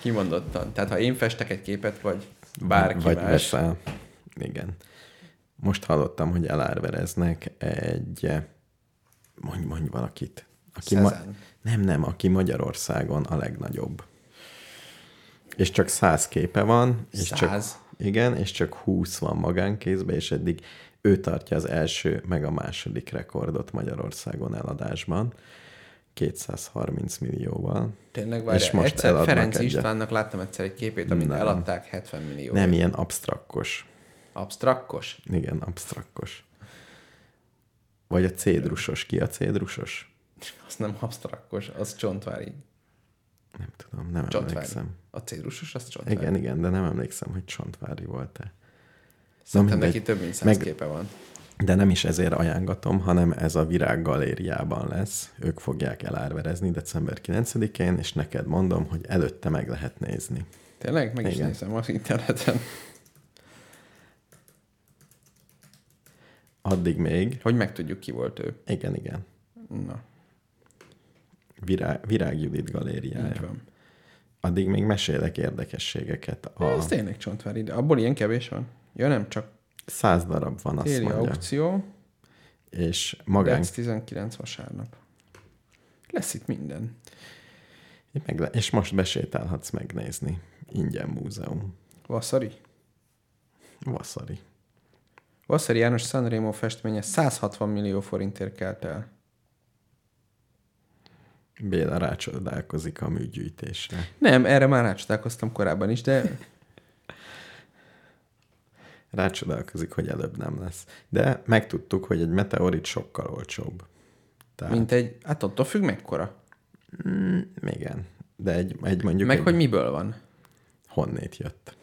Speaker 2: Kimondottan. Tehát ha én festek egy képet, vagy bárki
Speaker 1: Vagy
Speaker 2: más.
Speaker 1: veszel. Igen. Most hallottam, hogy elárvereznek egy... Mondj, mondj valakit. Aki
Speaker 2: Cézanne.
Speaker 1: nem, nem, aki Magyarországon a legnagyobb. És csak száz képe van. És
Speaker 2: Száz?
Speaker 1: Csak, igen, és csak húsz van magánkézbe, és eddig ő tartja az első, meg a második rekordot Magyarországon eladásban. 230 millióval.
Speaker 2: Tényleg várjál,
Speaker 1: És most
Speaker 2: egyszer
Speaker 1: eladnak
Speaker 2: Ferenc
Speaker 1: egyet.
Speaker 2: Istvánnak láttam egyszer egy képét, amit nem. eladták 70 millió.
Speaker 1: Nem ilyen absztrakkos.
Speaker 2: Absztrakkos?
Speaker 1: Igen, absztrakkos. Vagy a cédrusos. Ki a cédrusos?
Speaker 2: Az nem absztrakkos, az csontvári.
Speaker 1: Nem tudom, nem
Speaker 2: Csontvári.
Speaker 1: emlékszem.
Speaker 2: A célusos, az csontvári.
Speaker 1: Igen, igen, de nem emlékszem, hogy Csontvári volt-e.
Speaker 2: Szerintem
Speaker 1: mindegy.
Speaker 2: neki több mint száz
Speaker 1: Meg-
Speaker 2: képe van.
Speaker 1: De nem is ezért ajánlatom, hanem ez a Virág Galériában lesz. Ők fogják elárverezni december 9-én, és neked mondom, hogy előtte meg lehet nézni.
Speaker 2: Tényleg? Meg is
Speaker 1: Igen.
Speaker 2: nézem az interneten.
Speaker 1: Addig még,
Speaker 2: Hogy megtudjuk, ki volt ő.
Speaker 1: igen, igen.
Speaker 2: Na.
Speaker 1: Virág, Virág Judit
Speaker 2: Így
Speaker 1: galériája.
Speaker 2: van.
Speaker 1: Addig még mesélek érdekességeket.
Speaker 2: A... Ez
Speaker 1: A
Speaker 2: tényleg csontvári, de abból ilyen kevés van. Ja, nem csak
Speaker 1: száz darab van, azt
Speaker 2: téli
Speaker 1: mondja.
Speaker 2: aukció,
Speaker 1: És
Speaker 2: Magán.
Speaker 1: magán,
Speaker 2: 19 vasárnap. Lesz itt minden.
Speaker 1: meg, és most besétálhatsz megnézni. Ingyen múzeum.
Speaker 2: Vasszari.
Speaker 1: Vasszari.
Speaker 2: Vasszari János Sanremo festménye 160 millió forintért kelt el.
Speaker 1: Béla rácsodálkozik a műgyűjtésre.
Speaker 2: Nem, erre már rácsodálkoztam korábban is, de
Speaker 1: Rácsodálkozik, hogy előbb nem lesz. De megtudtuk, hogy egy meteorit sokkal olcsóbb. Tehát, Mint...
Speaker 2: mint egy, hát attól függ mekkora.
Speaker 1: igen. De egy, egy mondjuk
Speaker 2: Meg
Speaker 1: egy
Speaker 2: hogy miből van.
Speaker 1: honnét jött.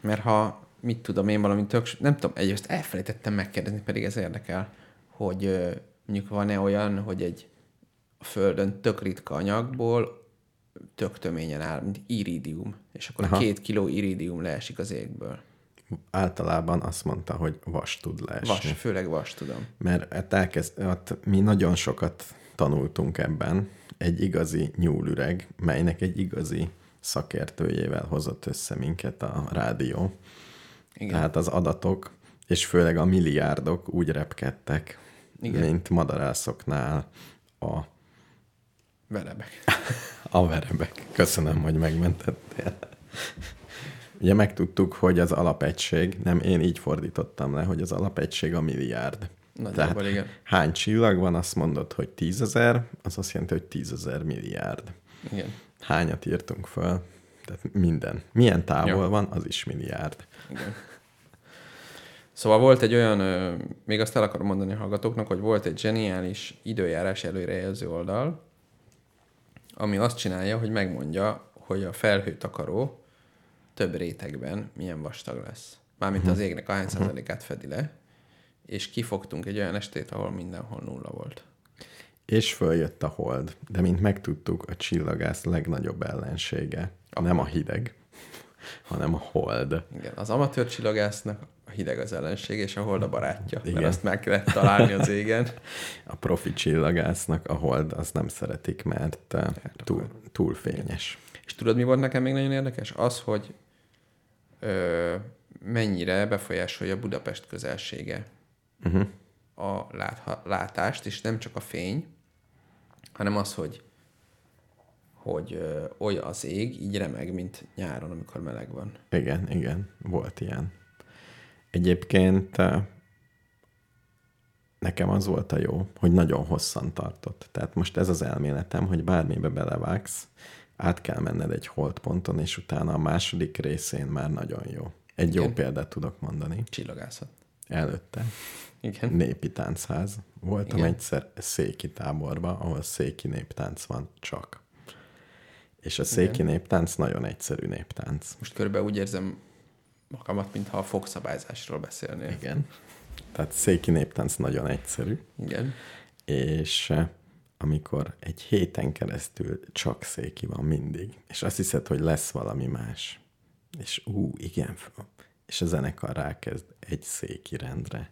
Speaker 2: Mert ha, mit tudom én, valami tök, nem tudom, egyrészt elfelejtettem megkérdezni, pedig ez érdekel, hogy ö, mondjuk van-e olyan, hogy egy a földön tök ritka anyagból tök töményen áll, mint iridium, és akkor Aha.
Speaker 1: Aha.
Speaker 2: két kiló iridium leesik az égből.
Speaker 1: Általában azt mondta, hogy vas tud leesni.
Speaker 2: Vas, főleg vas, tudom.
Speaker 1: Mert hát elkezd, hát mi nagyon sokat tanultunk ebben. Egy igazi nyúlüreg, melynek egy igazi szakértőjével hozott össze minket a rádió.
Speaker 2: Igen.
Speaker 1: Tehát az adatok, és főleg a milliárdok úgy repkedtek,
Speaker 2: Igen.
Speaker 1: Igen. mint madarászoknál a,
Speaker 2: Velebek.
Speaker 1: a verebek. Köszönöm, hogy megmentettél. Ugye megtudtuk, hogy az alapegység, nem én így fordítottam le, hogy az alapegység a milliárd.
Speaker 2: Nagyjából igen.
Speaker 1: hány csillag van, azt mondod, hogy tízezer, az azt jelenti, hogy tízezer milliárd.
Speaker 2: Igen.
Speaker 1: Hányat írtunk föl? Tehát minden. Milyen távol
Speaker 2: Ja.
Speaker 1: ja. van, az is milliárd.
Speaker 2: Igen. Szóval volt egy olyan, ö, még azt el akarom mondani a hallgatóknak, hogy volt egy zseniális időjárás előrejelző oldal, ami azt csinálja, hogy megmondja, hogy a felhőtakaró több rétegben milyen vastag lesz. Mármint az égnek a hány százalékát fedi le, és kifogtunk egy olyan estét, ahol mindenhol nulla volt.
Speaker 1: És följött a hold, de mint megtudtuk, a csillagász legnagyobb ellensége nem a hideg, hanem a hold.
Speaker 2: Igen, az amatőr csillagásznak a hideg az ellenség, és a hold a barátja, Igen.
Speaker 1: Igen.
Speaker 2: mert azt meg kellett találni az égen.
Speaker 1: A profi csillagásznak a hold azt nem szeretik, mert eh, túl, túl fényes.
Speaker 2: És tudod, mi volt nekem még nagyon érdekes? Az, hogy ö, mennyire befolyásolja Budapest közelsége
Speaker 1: Uh-huh.
Speaker 2: a látha, látást, és nem csak a fény, hanem az, hogy hogy ö, olyan az ég, így remeg, mint nyáron, amikor meleg van.
Speaker 1: Igen, igen, volt ilyen. Egyébként eh, nekem az volt a jó, hogy nagyon hosszan tartott. Tehát most ez az elméletem, hogy bármibe belevágsz, át kell menned egy holdponton, és utána a második részén már nagyon jó. Egy jó
Speaker 2: Igen.
Speaker 1: példát tudok mondani.
Speaker 2: Csillagászat.
Speaker 1: Előtte
Speaker 2: Igen.
Speaker 1: népi táncház. Voltam
Speaker 2: Igen.
Speaker 1: Igen. egyszer széki táborba, ahol széki néptánc van csak. És a széki Igen. néptánc nagyon egyszerű néptánc.
Speaker 2: Most körülbelül úgy érzem magamat, mintha a fogszabályzásról beszélnél.
Speaker 1: Igen. Tehát széki néptánc nagyon egyszerű,
Speaker 2: Igen.
Speaker 1: és eh, amikor egy héten keresztül csak széki van mindig, és azt hiszed, hogy lesz valami más, és ú, igen, f- és a zenekar rákezd egy széki rendre,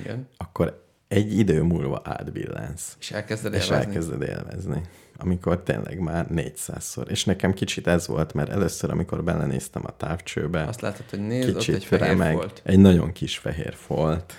Speaker 2: Igen.
Speaker 1: akkor egy idő múlva átbillensz,
Speaker 2: És elkezded
Speaker 1: és
Speaker 2: élvezni.
Speaker 1: elkezded élvezni. Amikor tényleg már 400-szor. És nekem kicsit ez volt, mert először, amikor belenéztem a távcsőbe,
Speaker 2: Azt látod, hogy nézd, ott egy
Speaker 1: kicsit
Speaker 2: fehér
Speaker 1: remeg,
Speaker 2: volt.
Speaker 1: egy nagyon kis fehér folt,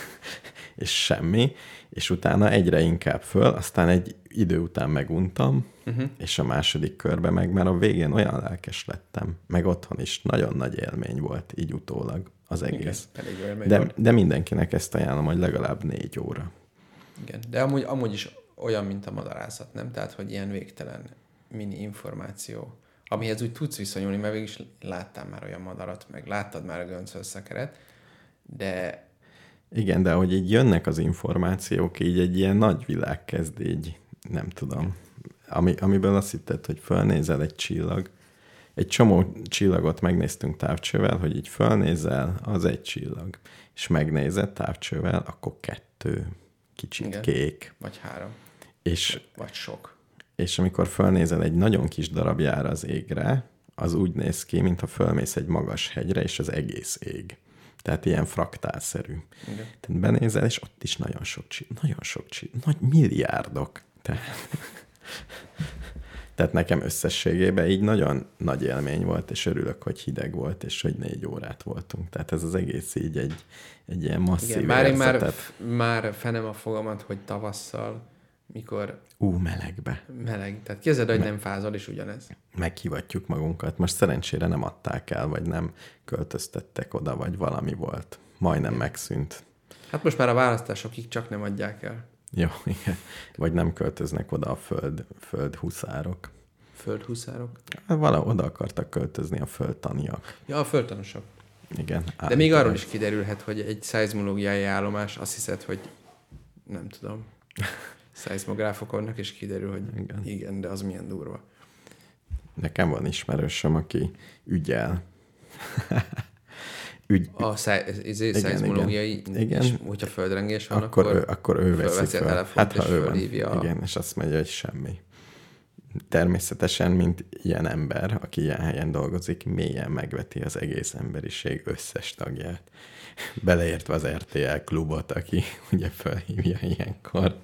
Speaker 1: és semmi, és utána egyre inkább föl, aztán egy idő után meguntam,
Speaker 2: Mhm.
Speaker 1: uh-huh. és a második körbe meg, mert a végén olyan lelkes lettem, meg otthon is nagyon nagy élmény volt, így utólag az egész.
Speaker 2: Igen, elég olyan
Speaker 1: De, de mindenkinek ezt ajánlom, hogy legalább négy óra.
Speaker 2: Igen, de amúgy, amúgy is olyan, mint a madarászat, nem? Tehát, hogy ilyen végtelen mini információ, amihez úgy tudsz viszonyulni, mert végig is láttál már olyan madarat, meg láttad már a gönc összekeret, de
Speaker 1: Igen, de hogy így jönnek az információk, így egy ilyen nagy világ kezd így, nem tudom, ami, amiből azt hitted, hogy fölnézel egy csillag. Egy csomó csillagot megnéztünk távcsővel, hogy így fölnézel, az egy csillag. És megnézed távcsővel, akkor kettő, kicsit
Speaker 2: Igen.
Speaker 1: Igen. kék.
Speaker 2: vagy három,
Speaker 1: És,
Speaker 2: vagy sok.
Speaker 1: és amikor fölnézel egy nagyon kis darabjára az égre, az úgy néz ki, mintha fölmész egy magas hegyre, és az egész ég. Tehát ilyen fraktálszerű.
Speaker 2: Igen.
Speaker 1: Tehát benézel, és ott is nagyon sok csillag, nagyon sok csillag, nagy milliárdok. Tehát Tehát nekem összességében így nagyon nagy élmény volt, és örülök, hogy hideg volt, és hogy négy órát voltunk. Tehát ez az egész így egy, egy ilyen masszív
Speaker 2: Igen, már én már,
Speaker 1: érzetet.
Speaker 2: már fenem a fogamat, hogy tavasszal, mikor
Speaker 1: Ú, melegbe.
Speaker 2: meleg, tehát kézed, hogy nem fázol, és ugyanez.
Speaker 1: meghivatjuk magunkat. Most szerencsére nem adták el, vagy nem költöztettek oda, vagy valami volt. Majdnem megszűnt.
Speaker 2: Hát most már a választásokig csak nem adják el.
Speaker 1: Jó, igen. Vagy nem költöznek oda a föld, föld huszárok.
Speaker 2: Földhuszárok.
Speaker 1: Vala oda akartak költözni a földtaniak.
Speaker 2: Ja, a földtanúsok.
Speaker 1: Igen.
Speaker 2: De még arról is kiderülhet, hogy egy szeizmológiai állomás, azt hiszed, hogy nem tudom, szeizmográfok vannak, és kiderül, hogy igen.
Speaker 1: Igen.
Speaker 2: igen, de az milyen durva.
Speaker 1: Nekem van ismerősöm, aki ügyel. Ügy,
Speaker 2: A szei- izé-
Speaker 1: Igen,
Speaker 2: szeizmológiai,
Speaker 1: igen. Igen.
Speaker 2: és hogyha földrengés van,
Speaker 1: akkor, ő, akkor ő veszi
Speaker 2: fölveszi a
Speaker 1: föl.
Speaker 2: telefont,
Speaker 1: hát,
Speaker 2: és
Speaker 1: ha ő van,
Speaker 2: fölhívja a-
Speaker 1: igen, és azt mondja, hogy semmi. Természetesen, mint ilyen ember, aki ilyen helyen dolgozik, mélyen megveti az egész emberiség összes tagját. Beleértve az RTL klubot, aki ugye felhívja ilyenkor.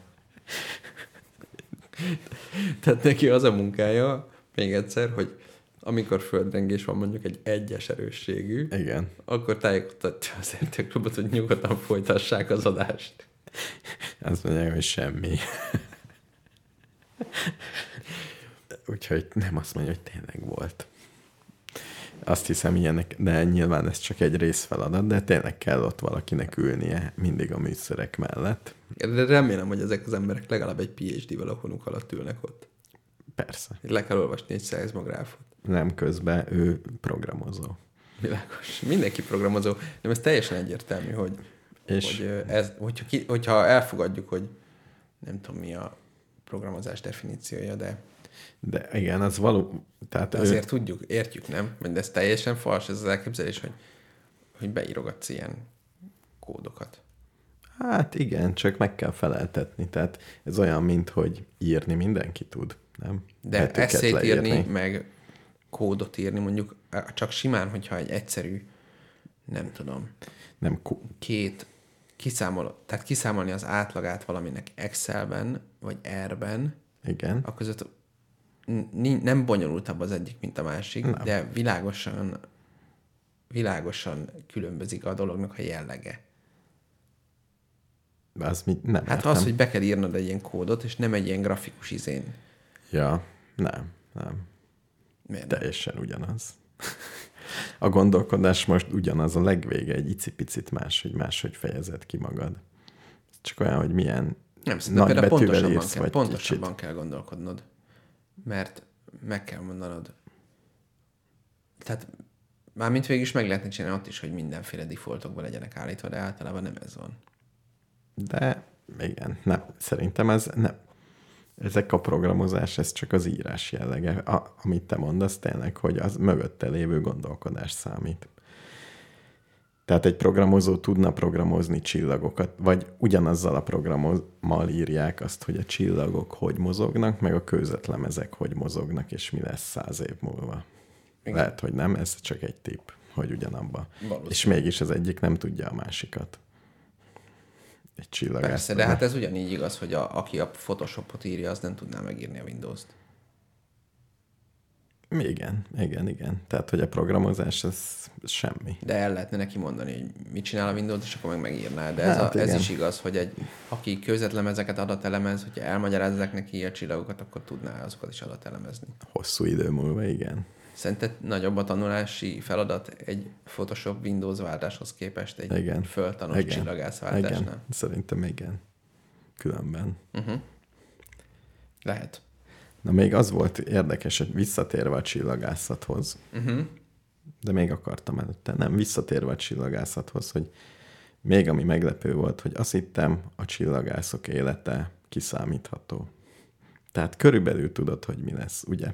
Speaker 2: Tehát neki az a munkája, még egyszer, hogy amikor földrengés van mondjuk egy egyes erősségű,
Speaker 1: Igen.
Speaker 2: akkor tájékoztatja az RTL klubot, hogy nyugodtan folytassák az adást.
Speaker 1: Azt mondják, hogy semmi. Úgyhogy nem azt mondja, hogy tényleg volt. Azt hiszem ilyenek, de nyilván ez csak egy részfeladat, de tényleg kell ott valakinek ülnie mindig a műszerek mellett.
Speaker 2: De remélem, hogy ezek az emberek legalább egy PhD-vel a honuk alatt ülnek ott.
Speaker 1: Persze,
Speaker 2: Le kell olvasni egy szeizmográfot.
Speaker 1: nem közben ő programozó.
Speaker 2: Világos. Mindenki programozó. De ez teljesen egyértelmű, hogy,
Speaker 1: És-
Speaker 2: hogy ö, ez, hogyha, ki, hogyha elfogadjuk, hogy nem tudom mi a programozás definíciója, de
Speaker 1: De igen, az való, tehát
Speaker 2: de azért tudjuk, értjük, nem? Vagy ez teljesen fals, ez az elképzelés, hogy, hogy beírogatsz ilyen kódokat.
Speaker 1: ő, hát igen, csak meg kell feleltetni. Tehát ez olyan, mint hogy írni mindenki tud, nem?
Speaker 2: De
Speaker 1: Betűket
Speaker 2: eszét írni,
Speaker 1: leírni.
Speaker 2: meg kódot írni, mondjuk á, csak simán, hogyha egy egyszerű, nem tudom,
Speaker 1: Nem, ku-
Speaker 2: két kiszámol, tehát kiszámolni az átlagát valaminek Excelben, vagy R-ben,
Speaker 1: igen.
Speaker 2: a között n- ni- nem bonyolultabb az egyik, mint a másik, nem. de világosan világosan különbözik a dolognak a jellege.
Speaker 1: Az mi, nem
Speaker 2: Hát
Speaker 1: értem.
Speaker 2: az, hogy be kell írnod egy ilyen kódot, és nem egy ilyen grafikus izén.
Speaker 1: Ja, nem, nem.
Speaker 2: Miért? De.
Speaker 1: Teljesen ugyanaz. A gondolkodás most ugyanaz, a legvége egy icipicit más, hogy máshogy fejezed ki magad. Csak olyan, hogy milyen
Speaker 2: Nem, szerintem
Speaker 1: nagy
Speaker 2: például
Speaker 1: betűvel
Speaker 2: pontosabban,
Speaker 1: írsz,
Speaker 2: kell,
Speaker 1: vagy
Speaker 2: pontosabban kell gondolkodnod, mert meg kell mondanod. Tehát mármint végül is meg lehetne csinálni ott is, hogy mindenféle defaultokban legyenek állítva, de általában nem ez van.
Speaker 1: De igen, nem. Szerintem ez nem. Ezek a programozás, ez csak az írás jellege. A, amit te mondasz tényleg, hogy az mögötte lévő gondolkodás számít. Tehát egy programozó tudna programozni csillagokat, vagy ugyanazzal a programmal írják azt, hogy a csillagok hogy mozognak, meg a kőzetlemezek hogy mozognak, és mi lesz száz év múlva.
Speaker 2: Igen.
Speaker 1: Igen. Lehet, hogy nem, ez csak egy tipp, hogy ugyanabba.
Speaker 2: Valószínű.
Speaker 1: És mégis az egyik nem tudja a másikat. Egy csillagász.
Speaker 2: Persze, de hát ez ugyanígy igaz, hogy a, aki a Photoshopot írja, az nem tudná megírni a Windows-t.
Speaker 1: Igen, igen, igen. Tehát, hogy a programozás, ez semmi.
Speaker 2: De el lehetne neki mondani, hogy mit csinál a Windows, és akkor meg megírná. De ez,
Speaker 1: Hát
Speaker 2: a, ez
Speaker 1: igen.
Speaker 2: is igaz, hogy egy, aki közvetlemezeket adatelemez, hogyha elmagyarázzák neki a csillagokat, akkor tudná azokat is adatelemezni.
Speaker 1: Hosszú idő múlva, igen.
Speaker 2: Szerinted nagyobb a tanulási feladat egy Photoshop Windows váltáshoz képest egy
Speaker 1: Igen.
Speaker 2: föltanult
Speaker 1: Igen.
Speaker 2: csillagászváltásnál?
Speaker 1: Igen, szerintem igen. Különben.
Speaker 2: Mhm. Lehet.
Speaker 1: Na, még az volt érdekes, hogy visszatérve a csillagászathoz,
Speaker 2: Uh-huh.
Speaker 1: de még akartam előtte, nem, visszatérve a csillagászathoz, hogy még ami meglepő volt, hogy azt hittem, a csillagászok élete kiszámítható. Tehát körülbelül tudod, hogy mi lesz, ugye?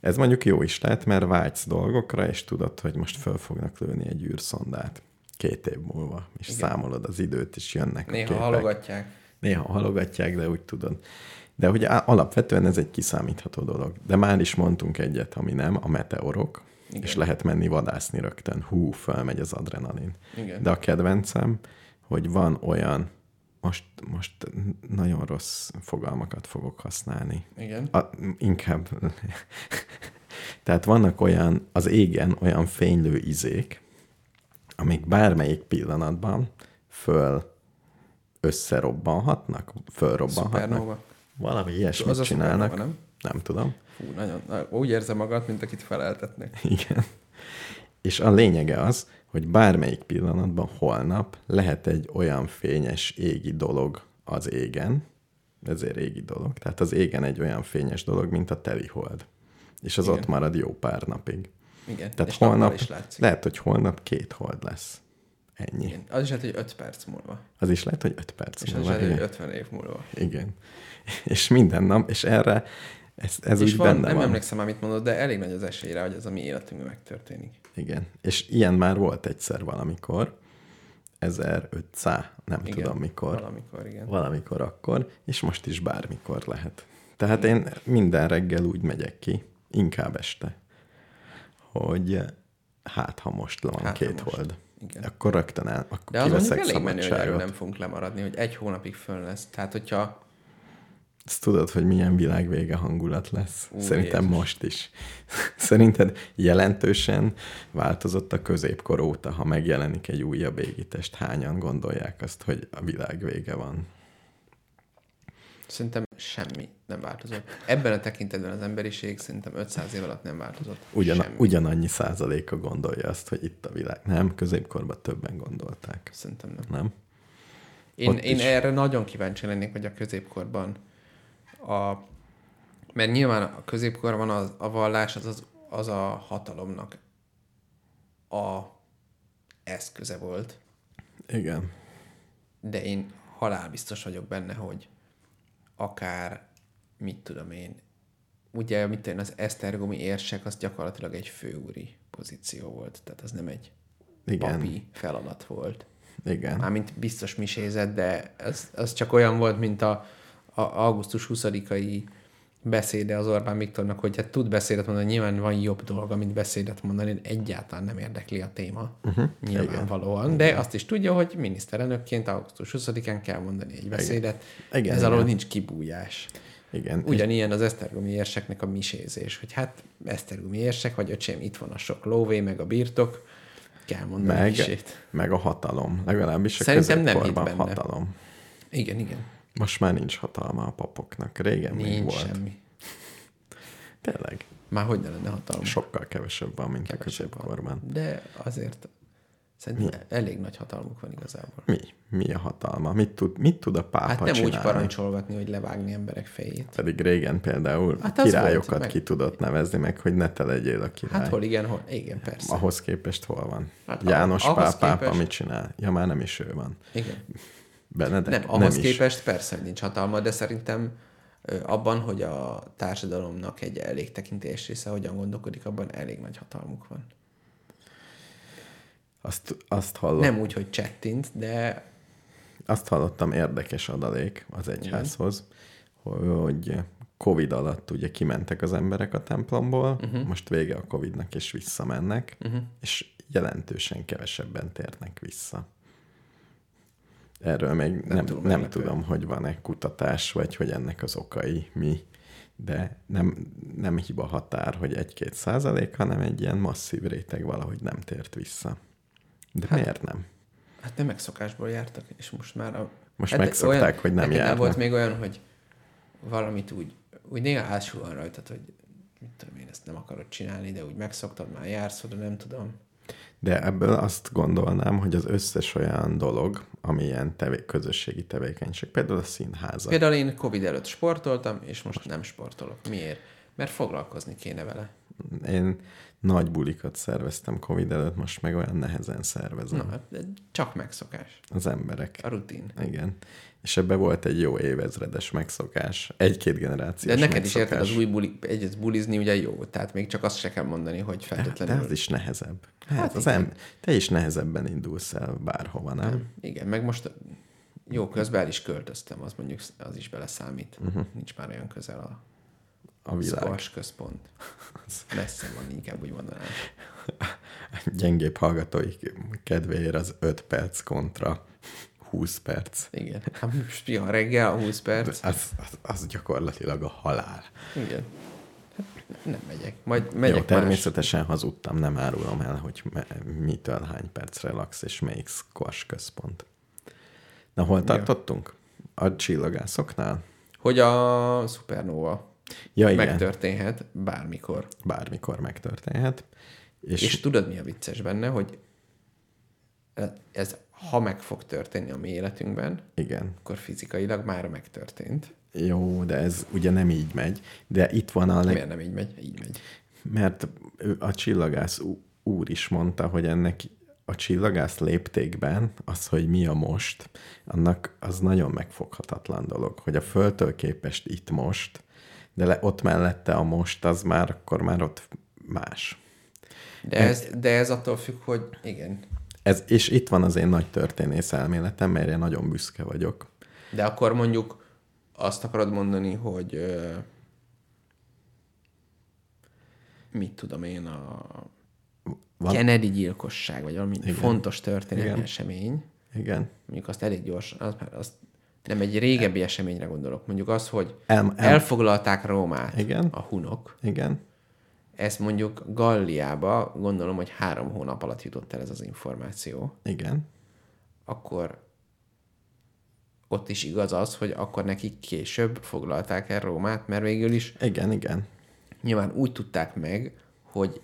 Speaker 1: Ez mondjuk jó is lehet, mert vágysz dolgokra, és tudod, hogy most föl fognak lőni egy űrszondát két év múlva, és Igen. számolod az időt, és jönnek a
Speaker 2: Néha
Speaker 1: képek.
Speaker 2: halogatják.
Speaker 1: Néha halogatják, de úgy tudod. De hogy á- alapvetően ez egy kiszámítható dolog. De már is mondtunk egyet, ami nem, a meteorok, Igen. és lehet menni vadászni rögtön. Hú, fölmegy az adrenalin.
Speaker 2: Igen.
Speaker 1: De a kedvencem, hogy van olyan, most, most nagyon rossz fogalmakat fogok használni.
Speaker 2: Igen.
Speaker 1: A, inkább. Tehát vannak olyan, az égen olyan fénylő izék, amik bármelyik pillanatban föl összerobbanhatnak, fölrobbanhatnak.
Speaker 2: Supernova.
Speaker 1: Valami ilyesmit
Speaker 2: Az a
Speaker 1: csinálnak.
Speaker 2: supernova, nem?
Speaker 1: Nem tudom.
Speaker 2: Fú, nagyon, na, úgy érzem magad, mint akit feleltetnek.
Speaker 1: Igen. És a lényege az, hogy bármelyik pillanatban holnap lehet egy olyan fényes égi dolog az égen, ezért égi dolog, tehát az égen egy olyan fényes dolog, mint a teli hold. És az
Speaker 2: Igen.
Speaker 1: Igen. ott marad jó pár napig.
Speaker 2: Igen.
Speaker 1: Tehát
Speaker 2: és nappal
Speaker 1: holnap,
Speaker 2: is látszik.
Speaker 1: lehet, hogy holnap két hold lesz. Ennyi. Igen.
Speaker 2: Igen. Az is lehet, hogy 5 perc múlva.
Speaker 1: Az is lehet, hogy öt perc.
Speaker 2: És az is
Speaker 1: múlva.
Speaker 2: lehet, hogy
Speaker 1: hát Igen.
Speaker 2: 50 év múlva.
Speaker 1: Igen. És minden nap, és erre ez, ez
Speaker 2: és
Speaker 1: úgy
Speaker 2: van,
Speaker 1: benne
Speaker 2: nem
Speaker 1: van.
Speaker 2: emlékszem már, mit mondod, de elég nagy az esélyre, hogy az a mi életünkben megtörténik.
Speaker 1: Igen. És ilyen már volt egyszer valamikor, 1500, nem
Speaker 2: Igen.
Speaker 1: Igen. tudom mikor, valamikor.
Speaker 2: Valamikor, igen.
Speaker 1: valamikor akkor, és most is bármikor lehet. Tehát én minden reggel úgy megyek ki, inkább este, hogy eh, hát, ha most van
Speaker 2: Hát, ha
Speaker 1: hát, két
Speaker 2: most.
Speaker 1: hold,
Speaker 2: igen.
Speaker 1: akkor rögtön el, akkor
Speaker 2: De az mondjuk
Speaker 1: kiveszek
Speaker 2: elég menő, hogy erről
Speaker 1: szabadságot.
Speaker 2: nem fogunk lemaradni, hogy egy hónapig fönn lesz. Tehát, hogyha
Speaker 1: Ezt tudod, hogy milyen világvége hangulat lesz?
Speaker 2: Ú,
Speaker 1: Ú, Szerintem
Speaker 2: Jézus.
Speaker 1: Jézus. most is. Szerinted jelentősen változott a középkor óta, ha megjelenik egy újabb égitest, hányan gondolják azt, hogy a világ vége van?
Speaker 2: szerintem semmi nem változott. Ebben a tekintetben az emberiség szerintem 500 év alatt nem változott.
Speaker 1: Ugyan,
Speaker 2: semmi.
Speaker 1: ugyanannyi százaléka gondolja azt, hogy itt a világ. Nem, középkorban többen gondolták.
Speaker 2: Szerintem nem.
Speaker 1: Nem?
Speaker 2: Én,
Speaker 1: Ott
Speaker 2: én
Speaker 1: is.
Speaker 2: erre nagyon kíváncsi lennék, hogy a középkorban a... Mert nyilván a középkorban az, a vallás az, az, az a hatalomnak a eszköze volt,
Speaker 1: Igen.
Speaker 2: de én halálbiztos vagyok benne, hogy akár, mit tudom én, ugye, mit tudom én, az esztergomi érsek, az gyakorlatilag egy főúri pozíció volt, tehát az nem egy
Speaker 1: Igen.
Speaker 2: papi feladat volt.
Speaker 1: Igen.
Speaker 2: Mármint biztos misézett, de az, az csak olyan volt, mint a, a augusztus 20-ai beszéde az Orbán Viktornak, hogy hát tud beszédet mondani, nyilván van jobb dolga, mint beszédet mondani, egyáltalán nem érdekli a téma,
Speaker 1: Mhm.
Speaker 2: uh-huh. nyilvánvalóan, igen. de azt is tudja, hogy miniszterelnökként augusztus 20-án kell mondani egy beszédet,
Speaker 1: Igen,
Speaker 2: ez alól
Speaker 1: igen.
Speaker 2: nincs kibújás.
Speaker 1: Igen.
Speaker 2: Ugyanilyen az esztergomi érseknek a misézés, hogy hát esztergomi érsek, vagy öcsém, itt van a sok lóvé, meg a birtok, kell mondani meg...
Speaker 1: Meg,
Speaker 2: misét.
Speaker 1: meg a hatalom. Legalábbis a
Speaker 2: Szerintem nem hitt
Speaker 1: középkorban
Speaker 2: benne.
Speaker 1: hatalom.
Speaker 2: Igen, igen.
Speaker 1: Most már nincs hatalma a papoknak. Régen még
Speaker 2: Nincs
Speaker 1: volt.
Speaker 2: semmi.
Speaker 1: Tényleg.
Speaker 2: Már hogy ne lenne hatalom.
Speaker 1: Sokkal kevesebb van, mint
Speaker 2: Kevesebb
Speaker 1: a középkorban.
Speaker 2: De azért szerintem elég nagy hatalmuk van igazából.
Speaker 1: Mi? Mi a hatalma? Mit tud, mit tud a pápa
Speaker 2: Hát nem
Speaker 1: csinálni?
Speaker 2: úgy parancsolgatni, hogy levágni emberek fejét.
Speaker 1: Pedig régen például
Speaker 2: Hát
Speaker 1: hát
Speaker 2: az
Speaker 1: királyokat
Speaker 2: volt, meg-
Speaker 1: meg... ki tudott nevezni, meg hogy ne te legyél a király.
Speaker 2: Hát hol igen, hol igen, persze.
Speaker 1: Ahhoz képest hol van?
Speaker 2: Hát
Speaker 1: Hát János
Speaker 2: ahhoz
Speaker 1: pál, pápa
Speaker 2: képest-
Speaker 1: mit csinál? Ja, már nem is ő van.
Speaker 2: Igen.
Speaker 1: Benedek?
Speaker 2: Nem, ahhoz
Speaker 1: nem is.
Speaker 2: képest persze, hogy nincs hatalma, de szerintem ö, abban, hogy a társadalomnak egy elég tekintélyes része hogyan gondolkodik, abban elég nagy hatalmuk van.
Speaker 1: Azt, azt, hallott,
Speaker 2: Nem úgy, hogy csettint, de
Speaker 1: azt hallottam érdekes adalék az egyházhoz, hogy Covid alatt ugye kimentek az emberek a templomból, uh-huh. most vége a Covidnak, és visszamennek, uh-huh. és jelentősen kevesebben térnek vissza. Erről még nem,
Speaker 2: túl
Speaker 1: nem, nem
Speaker 2: meglepő.
Speaker 1: tudom, hogy van-e kutatás, vagy hogy ennek az okai mi, de nem, nem hiba határ, hogy egy-két százalék, hanem egy ilyen masszív réteg valahogy nem tért vissza. De hát, miért nem?
Speaker 2: Hát nem megszokásból jártak, és most már a...
Speaker 1: Most
Speaker 2: hát
Speaker 1: megszokták, hogy nem
Speaker 2: neked
Speaker 1: járnak.
Speaker 2: volt még olyan, hogy valamit úgy, úgy néha ásúan rajtad, hogy mit tudom én, ezt nem akarod csinálni, de úgy megszoktad, már jársz oda, nem tudom.
Speaker 1: De ebből azt gondolnám, hogy az összes olyan dolog, ami ilyen tevé- közösségi tevékenység, például a színházak.
Speaker 2: Például én Covid előtt sportoltam, és most nem sportolok. Miért? Mert foglalkozni kéne vele.
Speaker 1: Én nagy bulikat szerveztem Covid előtt, most meg olyan nehezen szervezem
Speaker 2: Na, hát, de csak megszokás.
Speaker 1: az emberek.
Speaker 2: A rutin.
Speaker 1: Igen. És ebbe volt egy jó évezredes megszokás, egy-két
Speaker 2: De
Speaker 1: generációs
Speaker 2: neked is
Speaker 1: megszokás.
Speaker 2: érted, az új buli, egyet bulizni ugye jó, tehát még csak azt se kell mondani, hogy
Speaker 1: de, de
Speaker 2: feltétlenül.
Speaker 1: az is nehezebb. Hát,
Speaker 2: Hát
Speaker 1: hát az
Speaker 2: igen.
Speaker 1: em- te is nehezebben indulsz el bárhova, nem?
Speaker 2: Igen, meg most jó, közben el is költöztem, az mondjuk az is beleszámít. Uh-huh. Nincs már olyan közel a
Speaker 1: Mhm. A világ.
Speaker 2: squash központ. Messze van, inkább úgy mondanám.
Speaker 1: Gyengébb hallgatói kedvéért az 5 perc kontra 20 perc.
Speaker 2: Igen. Hát most pihen reggel 20 perc.
Speaker 1: Az, az, az gyakorlatilag a halál.
Speaker 2: Igen. Hát nem megyek. Majd megyek
Speaker 1: Jó,
Speaker 2: Jó, más.
Speaker 1: természetesen hazudtam, nem árulom el, hogy me- mitől hány perc relax, és melyik squash központ. Na, hol tartottunk? A csillagászoknál?
Speaker 2: Hogy a szupernóva
Speaker 1: Ja, igen,
Speaker 2: megtörténhet bármikor.
Speaker 1: bármikor megtörténhet. És,
Speaker 2: És, és tudod, mi a vicces benne, hogy ez ha meg fog történni a mi életünkben,
Speaker 1: igen,
Speaker 2: akkor fizikailag már megtörtént.
Speaker 1: jó, de ez ugye nem így megy, de itt van a leg...
Speaker 2: Miért nem így megy? Így megy.
Speaker 1: Mert ő- a csillagász ú- úr is mondta, hogy ennek a csillagász léptékben az, hogy mi a most, annak az nagyon megfoghatatlan dolog, hogy a Földtől képest itt most, de le, ott mellette a most, az már akkor már ott más.
Speaker 2: De ez, de ez attól függ, hogy igen.
Speaker 1: Ez, és itt van az én nagy történész elméletem, melyre nagyon büszke vagyok.
Speaker 2: De akkor mondjuk azt akarod mondani, hogy ö, mit tudom én, a
Speaker 1: Van-
Speaker 2: Van? Kennedy gyilkosság, vagy valami Igen. fontos történelmi
Speaker 1: Igen.
Speaker 2: Igen. esemény,
Speaker 1: Igen.
Speaker 2: mondjuk azt elég gyorsan, az, már azt nem egy régebbi eseményre gondolok, mondjuk az, hogy
Speaker 1: El, el,
Speaker 2: elfoglalták Rómát
Speaker 1: Igen.
Speaker 2: a hunok,
Speaker 1: igen.
Speaker 2: ezt mondjuk Galliába gondolom, hogy három hónap alatt jutott el ez az információ.
Speaker 1: Igen.
Speaker 2: akkor ott is igaz az, hogy akkor nekik később foglalták el Rómát, mert végül is
Speaker 1: Igen, igen.
Speaker 2: nyilván úgy tudták meg, hogy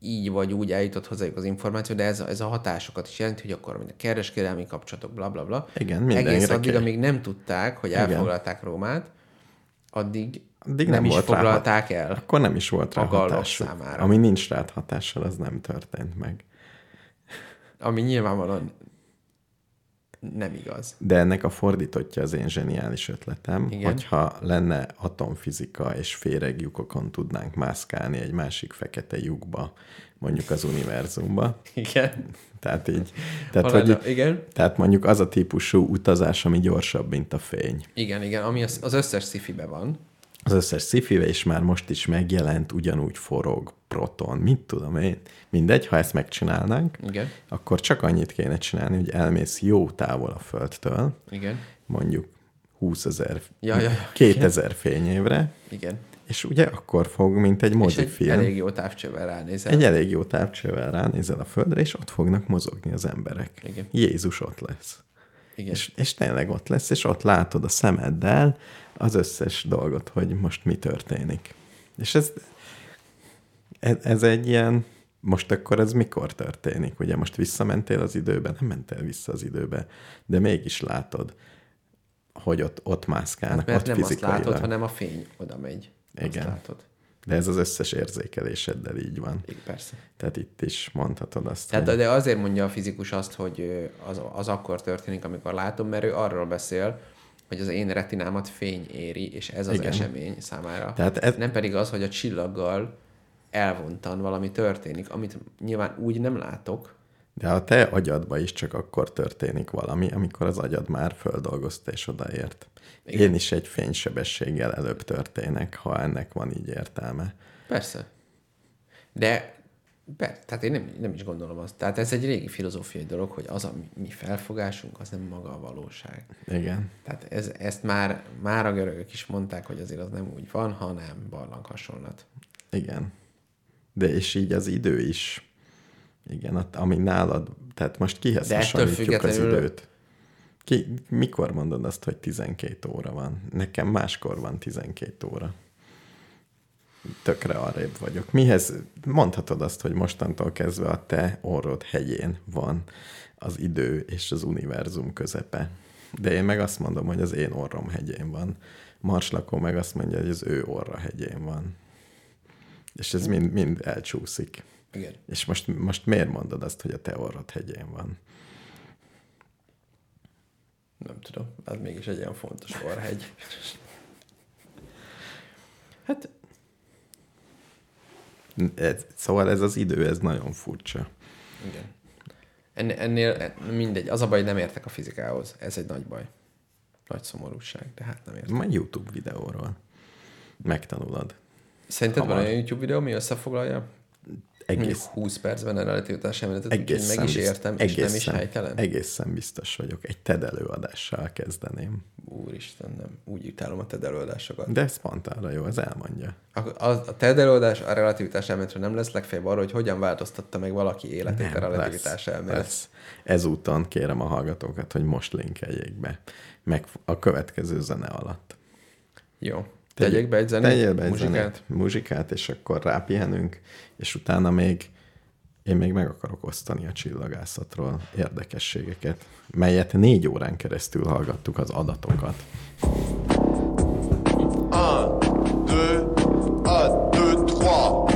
Speaker 2: így vagy úgy eljutott hozzájuk az információ, de ez a, ez a hatásokat is jelenti, hogy akkor mind a kereskedelmi kapcsolatok, bla bla bla.
Speaker 1: Igen, mindenre
Speaker 2: Egész addig,
Speaker 1: kell.
Speaker 2: amíg nem tudták, hogy elfoglalták Rómát, addig,
Speaker 1: Addig
Speaker 2: nem,
Speaker 1: nem
Speaker 2: is
Speaker 1: volt rá hat-
Speaker 2: foglalták el.
Speaker 1: Akkor nem is volt rá
Speaker 2: A gallok
Speaker 1: hatásuk.
Speaker 2: számára.
Speaker 1: Ami nincs rá hatással, az nem történt meg.
Speaker 2: Ami nyilvánvalóan nem igaz.
Speaker 1: De ennek a fordítottja az én zseniális ötletem, Igen.
Speaker 2: Igen.
Speaker 1: hogyha lenne atomfizika, és féregjukokon tudnánk mászkálni egy másik fekete lyukba, mondjuk az univerzumba.
Speaker 2: Igen.
Speaker 1: Tehát így, tehát,
Speaker 2: Valami-
Speaker 1: hogy,
Speaker 2: igen.
Speaker 1: tehát mondjuk az a típusú utazás, ami gyorsabb, mint a fény.
Speaker 2: Igen, igen, ami az, az összes szifibe van.
Speaker 1: Az összes szifive is már most is megjelent, ugyanúgy forog, proton, mit tudom én. Mindegy, ha ezt megcsinálnánk,
Speaker 2: Igen,
Speaker 1: akkor csak annyit kéne csinálni, hogy elmész jó távol a Földtől,
Speaker 2: igen,
Speaker 1: mondjuk 20 ezer,
Speaker 2: Ja, ja, ja.
Speaker 1: 2000 fényévre,
Speaker 2: igen.
Speaker 1: és ugye akkor fog, mint egy
Speaker 2: És egy
Speaker 1: mozifilm, egy
Speaker 2: elég jó távcsővel ránézel.
Speaker 1: elég, egy elég jó távcsővel ránézel a földre, és ott fognak mozogni az emberek.
Speaker 2: Igen.
Speaker 1: Jézus ott lesz.
Speaker 2: igen.
Speaker 1: És, és tényleg ott lesz, és ott látod a szemeddel az összes dolgot, hogy most mi történik. És ez, ez, ez egy ilyen, most akkor ez mikor történik? Ugye most visszamentél az időbe? Nem mentél vissza az időbe, de mégis látod, hogy ott, ott mászkálnak, hát
Speaker 2: hát, mert
Speaker 1: ott
Speaker 2: nem azt
Speaker 1: fizikailag.
Speaker 2: látod, hanem a fény oda megy.
Speaker 1: Igen.
Speaker 2: Azt látod.
Speaker 1: De ez az összes érzékeléseddel így van.
Speaker 2: Igen, persze.
Speaker 1: Tehát itt is mondhatod azt,
Speaker 2: Tehát,
Speaker 1: hogy
Speaker 2: de azért mondja a fizikus azt, hogy ö, az, az akkor történik, amikor látom, mert ő arról beszél, hogy az én retinámat fény éri, és ez az
Speaker 1: Igen.
Speaker 2: Igen. esemény számára.
Speaker 1: Tehát ez-
Speaker 2: Nem pedig az, hogy a csillaggal elvontan valami történik, amit nyilván úgy nem látok,
Speaker 1: De a te agyadba is csak akkor történik valami, amikor az agyad már földolgozta és odaért. Igen. Én is egy fénysebességgel előbb történek, ha ennek van így értelme.
Speaker 2: Persze. De be, tehát én nem, nem is gondolom azt. Tehát ez egy régi filozófiai dolog, hogy az a mi- mi felfogásunk, az nem maga a valóság.
Speaker 1: Igen.
Speaker 2: Tehát ez, ezt már, már a görögök is mondták, hogy azért az nem úgy van, hanem barlang hasonlat.
Speaker 1: Igen. De és így az idő is. Igen, ott, ami nálad, tehát most kihez
Speaker 2: De ettől
Speaker 1: hasonlítjuk az
Speaker 2: függetlenül-
Speaker 1: időt? Ki, mikor mondod azt, hogy 12 óra van? Nekem máskor van 12 óra. Tökre arrébb vagyok. Mihez mondhatod azt, hogy mostantól kezdve a te orrod hegyén van az idő és az univerzum közepe. De én meg azt mondom, hogy az én orrom hegyén van. Marslakó meg azt mondja, hogy az ő orra hegyén van. És ez mind, mind elcsúszik.
Speaker 2: Igen.
Speaker 1: És most, most miért mondod azt, hogy a te orrod hegyén van?
Speaker 2: Nem tudom, ez mégis egy ilyen fontos orhegy. Hát
Speaker 1: Ez, szóval ez az idő, ez nagyon furcsa.
Speaker 2: igen. Enne, ennél mindegy, az a baj, nem értek a fizikához. Ez egy nagy baj. Nagy szomorúság, de hát nem értek.
Speaker 1: Majd YouTube videóról megtanulod.
Speaker 2: Szerinted
Speaker 1: Hamar.
Speaker 2: van olyan YouTube videó, ami összefoglalja? Mondjuk
Speaker 1: egész,
Speaker 2: 20 percben relativitás elméletet, úgyhogy
Speaker 1: egészen,
Speaker 2: meg is
Speaker 1: bizt-
Speaker 2: értem, és nem is helytelen.
Speaker 1: egészen biztos vagyok. Egy TED előadással kezdeném.
Speaker 2: Úristen, nem. Úgy utálom a TED előadásokat.
Speaker 1: De ez pont arra jó, az elmondja.
Speaker 2: A, az, a TED előadás a relativitás elméletről nem lesz legfeljebb arról, hogy hogyan változtatta meg valaki életét a Hát relativitás elmélet.
Speaker 1: lesz. Ezúton kérem a hallgatókat, hogy most linkeljék be. Meg a következő zene alatt.
Speaker 2: Jó. Tegyek be egy zenét?
Speaker 1: Tegyél be egy
Speaker 2: Muzsikát?
Speaker 1: muzsikát. muzsikát, és akkor rápihenünk, és utána még én még meg akarok osztani a csillagászatról érdekességeket, melyet négy órán keresztül hallgattuk az adatokat.
Speaker 3: 1, 2, 1, 2, 3.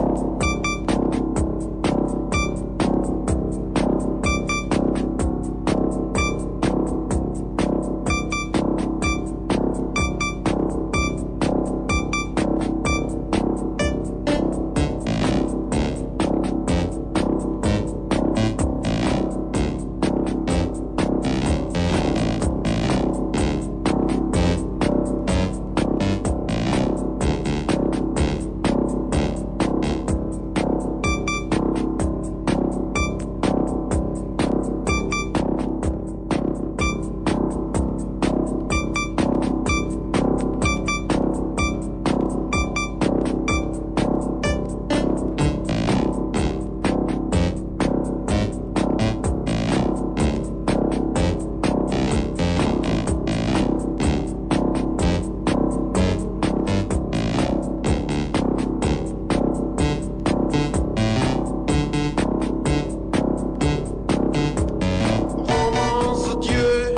Speaker 3: Romance Dieu.